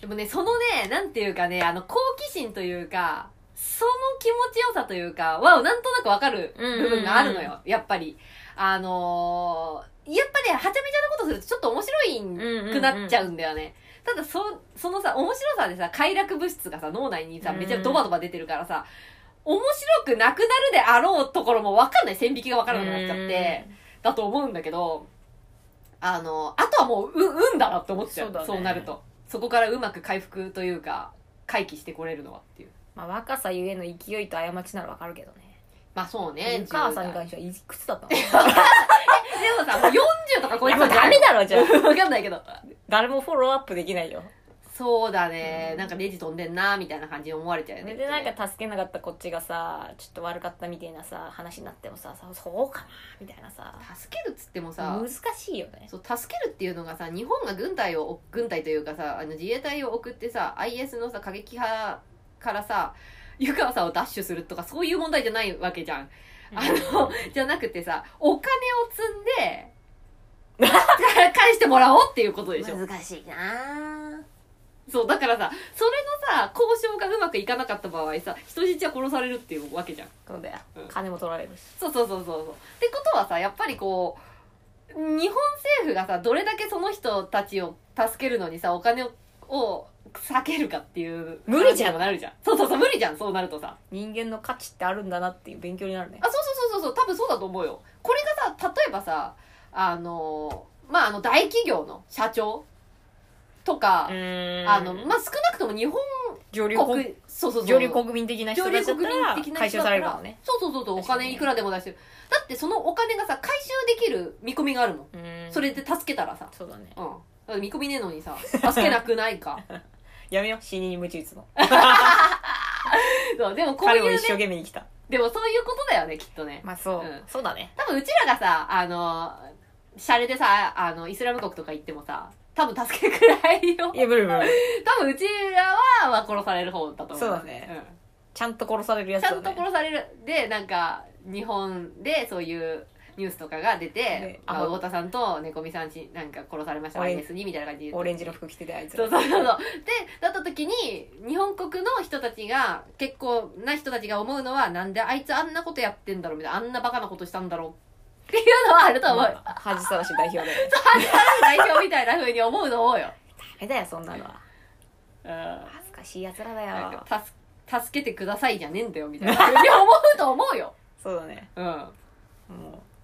Speaker 2: でもね、そのね、なんていうかね、あの、好奇心というか、その気持ちよさというか、わをなんとなくわかる部分があるのよ、
Speaker 1: うん
Speaker 2: やっぱり。あのーやっぱね、はちゃめちゃなことするとちょっと面白いんくなっちゃうんだよね。ただ、そ、そのさ、面白さでさ、快楽物質がさ、脳内にさ、めちゃドバドバ出てるからさ、面白くなくなるであろうところもわかんない、線引きがわからなくなっちゃって、だと思うんだけど、あの、あとはもう、う、運だなって思っちゃう。
Speaker 1: そ
Speaker 2: そうう,、
Speaker 1: だね
Speaker 2: なると。そこからうまく回復というか、回帰してこれるのはっていう。
Speaker 1: まあ、若さゆえの勢いと過ちならわかるけどね
Speaker 2: まあそうね。
Speaker 1: お母さんに
Speaker 2: 10代
Speaker 1: 関してはいくつだったの い
Speaker 2: でもさ、もう40とか超え
Speaker 1: や
Speaker 2: て
Speaker 1: もう
Speaker 2: たじゃ
Speaker 1: ダ
Speaker 2: ん
Speaker 1: メだろじゃあ
Speaker 2: わかんないけど。
Speaker 1: 誰もフォローアップできないよ
Speaker 2: そうだね。
Speaker 1: うん
Speaker 2: なんかネジ飛んでんな、みたいな感じに思われちゃうよね。
Speaker 1: でなんか助けなかったこっちがさちょっと悪かったみたいなさ話になってもさそそうかなみたいなさ
Speaker 2: 助けるっつってもさ
Speaker 1: 難、しいよね
Speaker 2: そう助けるっていうのがさ日本が軍隊を軍隊というかさあの自衛隊を送ってさ IS のさ過激派からさ湯川さんを奪取するとかそういう問題じゃないわけじゃん。あの、じゃなくてさ、お金を積ん で、返してもらおうっていうことでしょ。
Speaker 1: 難しいな
Speaker 2: そう、だからさ、それのさ、交渉がうまくいかなかった場合さ、人質は殺されるっていうわけじゃん。
Speaker 1: そうだよ、
Speaker 2: うん
Speaker 1: 金も取られるし
Speaker 2: そうそうそうそうそう。ってことはさ、やっぱりこう、日本政府がさ、どれだけその人たちを助けるのにさ、お金を、を避けるかっていう。
Speaker 1: 無理じゃん
Speaker 2: 話にもなるじゃん。そうそうそう、無理じゃん、そうなるとさ。
Speaker 1: 人間の価値ってあるんだなっていう勉強になるね
Speaker 2: あそうそうそうそうそう多分そうだと思うよこれがさ例えばさあのまああの大企業の社長とか、あ
Speaker 1: あ
Speaker 2: のまあ少なくとも日本
Speaker 1: 上流国
Speaker 2: 国そうそうそう
Speaker 1: 上流国民的な人
Speaker 2: 上
Speaker 1: た
Speaker 2: 流
Speaker 1: ちだ
Speaker 2: 国民
Speaker 1: っ
Speaker 2: 的
Speaker 1: たら
Speaker 2: な
Speaker 1: 回
Speaker 2: 人
Speaker 1: 収
Speaker 2: だ
Speaker 1: さ
Speaker 2: か
Speaker 1: れるからもね
Speaker 2: そうそうそうそうお
Speaker 1: 確かにね
Speaker 2: 金いくらでも出してるだってそのお金がさ回収できる見込みがあるもん
Speaker 1: うん
Speaker 2: それで助けたらさ
Speaker 1: そうだね
Speaker 2: うんだから見込みねえのにさ助けなくな いか
Speaker 1: やめよう死にに鞭打つの
Speaker 2: そうでもこうい
Speaker 1: 彼
Speaker 2: う
Speaker 1: も
Speaker 2: ね
Speaker 1: 一生懸命生きた
Speaker 2: でもそういうことだよねきっとね
Speaker 1: まあそう、
Speaker 2: うん
Speaker 1: そうだね
Speaker 2: 多分うちらがさあのシャレでさあのイスラム国とか行ってもさ多分助けくらいよ
Speaker 1: いやブルブル
Speaker 2: 多分うちらは、まあ、殺される方だと思う
Speaker 1: そうだね、ちゃんと殺される
Speaker 2: う
Speaker 1: や
Speaker 2: ん、
Speaker 1: つ
Speaker 2: ちゃ
Speaker 1: だ、
Speaker 2: ん
Speaker 1: ね、
Speaker 2: と殺されるでなんか日本でそういうニュースとかが出て、
Speaker 1: ね
Speaker 2: まあ、
Speaker 1: あ
Speaker 2: 太田さんと猫みさんしなんか殺されました
Speaker 1: オレン
Speaker 2: IS にみたいな感じで
Speaker 1: オレンジの服着ててあいつら
Speaker 2: そうそうそうそう。で、だった時に、日本国の人たちが、結構な人たちが思うのは、なんであいつあんなことやってんだろうみたいな、あんなバカなことしたんだろうっていうのはあると思う。
Speaker 1: まあ 恥さらし代表で
Speaker 2: 代表みたいな風に思うと思うよ。
Speaker 1: ダメだよそんなのは
Speaker 2: な
Speaker 1: 恥ずかしいやつらだ
Speaker 2: ん
Speaker 1: よ
Speaker 2: か助助けてくださいじゃねえんだよみたいな風に思うと思うよ。
Speaker 1: そうだね
Speaker 2: うん
Speaker 1: も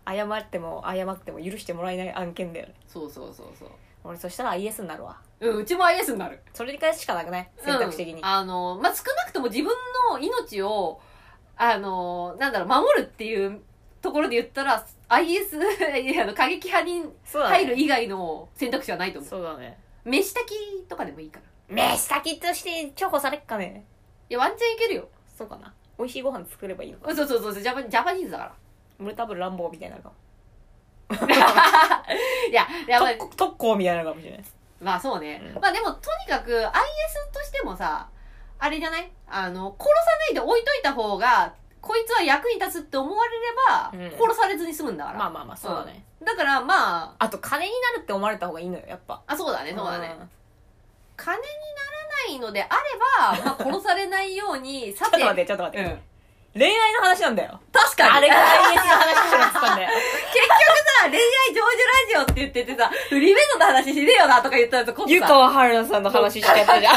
Speaker 1: う謝っても謝っても許してもらえない案件だよね
Speaker 2: そうそうそうそう
Speaker 1: 俺そしたら IS になるわ
Speaker 2: うん、うちも IS になる
Speaker 1: それからしかなくない選択肢的に、
Speaker 2: うんあのまあ少なくとも自分の命をあのなんだろう守るっていうところで言ったら IS い やあの過激派に
Speaker 1: そうだね
Speaker 2: 入る以外の選択肢はないと思
Speaker 1: そうだね
Speaker 2: う飯炊きとかでもいいからい
Speaker 1: 飯先として重宝されっかね
Speaker 2: やワンチャンいけるよ
Speaker 1: そうかな美味しいご飯作ればいいのか
Speaker 2: そうそうそうそうジャパジャパニーズだか
Speaker 1: 俺多分乱暴みたいになるかも
Speaker 2: らいやいやまあ
Speaker 1: 特攻特攻みたいになるかもしれない
Speaker 2: まあそうね、
Speaker 1: うん
Speaker 2: まあでもとにかく IS としてもさあれじゃないあの殺さないで置いといた方がこいつは役に立つって思われれば、
Speaker 1: うん
Speaker 2: 殺されずに済むんだから、
Speaker 1: まあまあまあそうだね、
Speaker 2: だからまあ
Speaker 1: あと金になるって思われた方がいいのよやっぱ
Speaker 2: あそうだねそうだね、金にならないのであ れば、まあ、殺されないように
Speaker 1: ちょ
Speaker 2: さ
Speaker 1: っと
Speaker 2: て
Speaker 1: 待ってちょっと待
Speaker 2: う
Speaker 1: って、
Speaker 2: ん、
Speaker 1: 恋愛の話なんだよ
Speaker 2: 確かに
Speaker 1: あれが IS の 話しろっつったんだよ
Speaker 2: さ恋愛成就ラジオって言っててさフリーメイドの話しねえよなとか言ったらとこっ
Speaker 1: 湯
Speaker 2: さ
Speaker 1: 川春菜さんの話してやったじゃん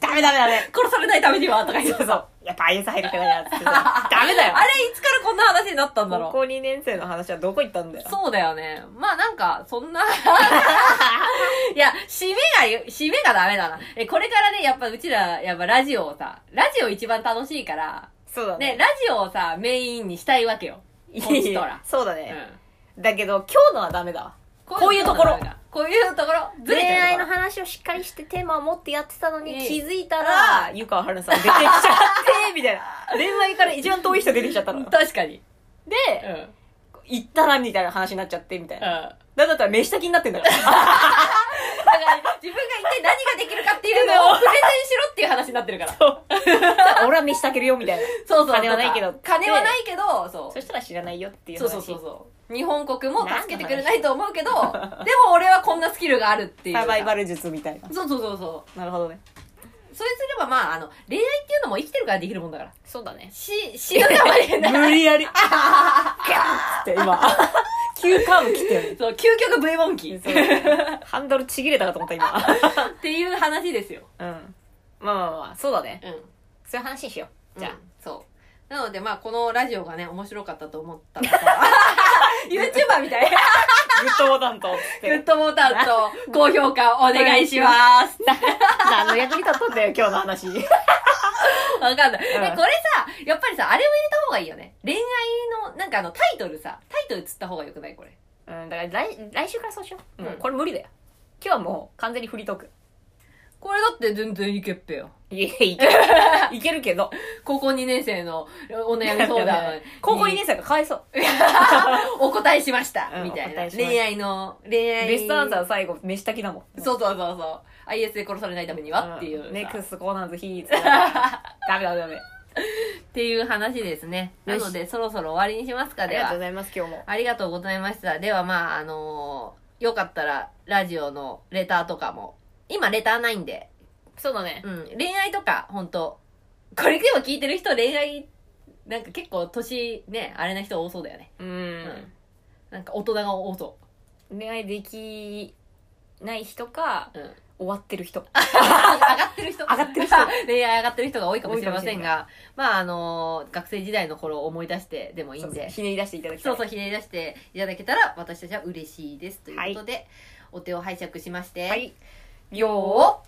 Speaker 1: ダメダメダメ
Speaker 2: 殺されないためにはとか言っ
Speaker 1: そ
Speaker 2: て
Speaker 1: うそ
Speaker 2: さ
Speaker 1: うやっぱ IS 入るからやっつってさダメだよ
Speaker 2: あれいつからこんな話になったんだろう
Speaker 1: 高校2年生の話はどこ行ったんだよ
Speaker 2: そうだよね。まあなんか、そんな。 いや、締めがよ、締めがダメだな。え、これからね、やっぱうちら、やっぱラジオをさ、ラジオ一番楽しいから、
Speaker 1: そうだ
Speaker 2: ね、
Speaker 1: ね
Speaker 2: ラジオをさ、メインにしたいわけよ。
Speaker 1: いい
Speaker 2: こっちとら。
Speaker 1: そうだね、だけど今日のはダメだわ
Speaker 2: うん
Speaker 1: こういうところ。
Speaker 2: こういうところ。ずれ
Speaker 1: 恋
Speaker 2: てるところ
Speaker 1: 愛の話をしっかりしてテーマを持ってやってたのに
Speaker 2: ええ
Speaker 1: 気づいたら湯川春菜さん出てきちゃってみたいな恋愛から一番遠い人出てきちゃったの
Speaker 2: 確かに。
Speaker 1: で
Speaker 2: うん。うん。
Speaker 1: 行ったらみたいな話になっちゃってみたいな
Speaker 2: だ
Speaker 1: なんだったら飯炊きになってんだから
Speaker 2: から、自分が一体何ができるかっていうのをプレゼンしろっていう話になってるから。
Speaker 1: そう俺は飯炊けるよみたいな
Speaker 2: そうそう。
Speaker 1: 金はないけど
Speaker 2: 金はないけど、そう。
Speaker 1: そしたら知らないよっていう
Speaker 2: そう
Speaker 1: 話
Speaker 2: そうそうそう日本国も助けてくれないと思うけど でも俺はこんなスキルがあるっていう
Speaker 1: サバイバル術みたいな
Speaker 2: そうそうそうそ
Speaker 1: なるほどね
Speaker 2: うそれすればまああの恋愛っていうのも生きてるからできるもんだから
Speaker 1: そうだね
Speaker 2: し死ぬかもしれない
Speaker 1: 無理やり ガーンって今 急カーブ来てる
Speaker 2: そう究極 V モンキー
Speaker 1: そう
Speaker 2: っ
Speaker 1: ハンドルちぎれたかと思った今
Speaker 2: ていう話ですよ
Speaker 1: うんまあまあまあそうだね
Speaker 2: うん
Speaker 1: そういう話しよう
Speaker 2: じ
Speaker 1: じ
Speaker 2: ゃ
Speaker 1: ゃ
Speaker 2: あ、
Speaker 1: あ、
Speaker 2: そうなのでまあこのラジオがね面白かったと思った方 は YouTuber み たい
Speaker 1: グッドボタンと押し
Speaker 2: グッ
Speaker 1: て
Speaker 2: ドボタンと高評価お願いします
Speaker 1: 何の役に立ったんだよ今日の話
Speaker 2: わかんない。
Speaker 1: うん
Speaker 2: で、これさ、やっぱりさ、あれを入れた方がいいよね。恋愛の、なんかあの、タイトルさ、タイトルつった方がよくないこれ。
Speaker 1: うんだから来来週からそうしよう、もう
Speaker 2: うん
Speaker 1: これ無理だよ今日はもう完全にフリートーク
Speaker 2: これだって全然いけっぺよ。
Speaker 1: いやいけるいけるけど
Speaker 2: 高校2年生のお悩 み相談に
Speaker 1: 高校2年生がかわいそう
Speaker 2: お答えしました、
Speaker 1: うん
Speaker 2: みたい
Speaker 1: お答
Speaker 2: な。
Speaker 1: えしました
Speaker 2: 恋愛の、恋愛。
Speaker 1: ベストアンサー最後飯炊きだもん
Speaker 2: そうそうそうそう。IS で殺されないためにはっていうさ、
Speaker 1: んネクストコーナーズヒー ツダメダメダメ
Speaker 2: っていう話ですね。な
Speaker 1: よし
Speaker 2: ので、そろそろ終わりにしますか、
Speaker 1: あり
Speaker 2: で
Speaker 1: が
Speaker 2: は
Speaker 1: とうご。ざいます今日も
Speaker 2: ありがとうございました。ではまあ、あのーよかったら、ラジオのレターとかも。今、レターないんで、
Speaker 1: そうだね
Speaker 2: うん、恋愛とか、本当これでも聞いてる人恋愛、なんか結構年ね、あれな人多そうだよね。
Speaker 1: うん、
Speaker 2: んなんか大人が多そ
Speaker 1: 恋愛できない人か
Speaker 2: う。うん。
Speaker 1: 終わってる人
Speaker 2: 上がってる人
Speaker 1: 上がってる人
Speaker 2: 恋愛上がってる人が多いかもしれませ
Speaker 1: 多いかもし
Speaker 2: ん
Speaker 1: れ
Speaker 2: が、まああのー学生時代の頃を思い出してでもいいんで、
Speaker 1: ひねり出していただきたい
Speaker 2: そうそうひねり出していただけたら私たちは嬉しいです。ということで、お手を拝借しまして、
Speaker 1: はい
Speaker 2: よー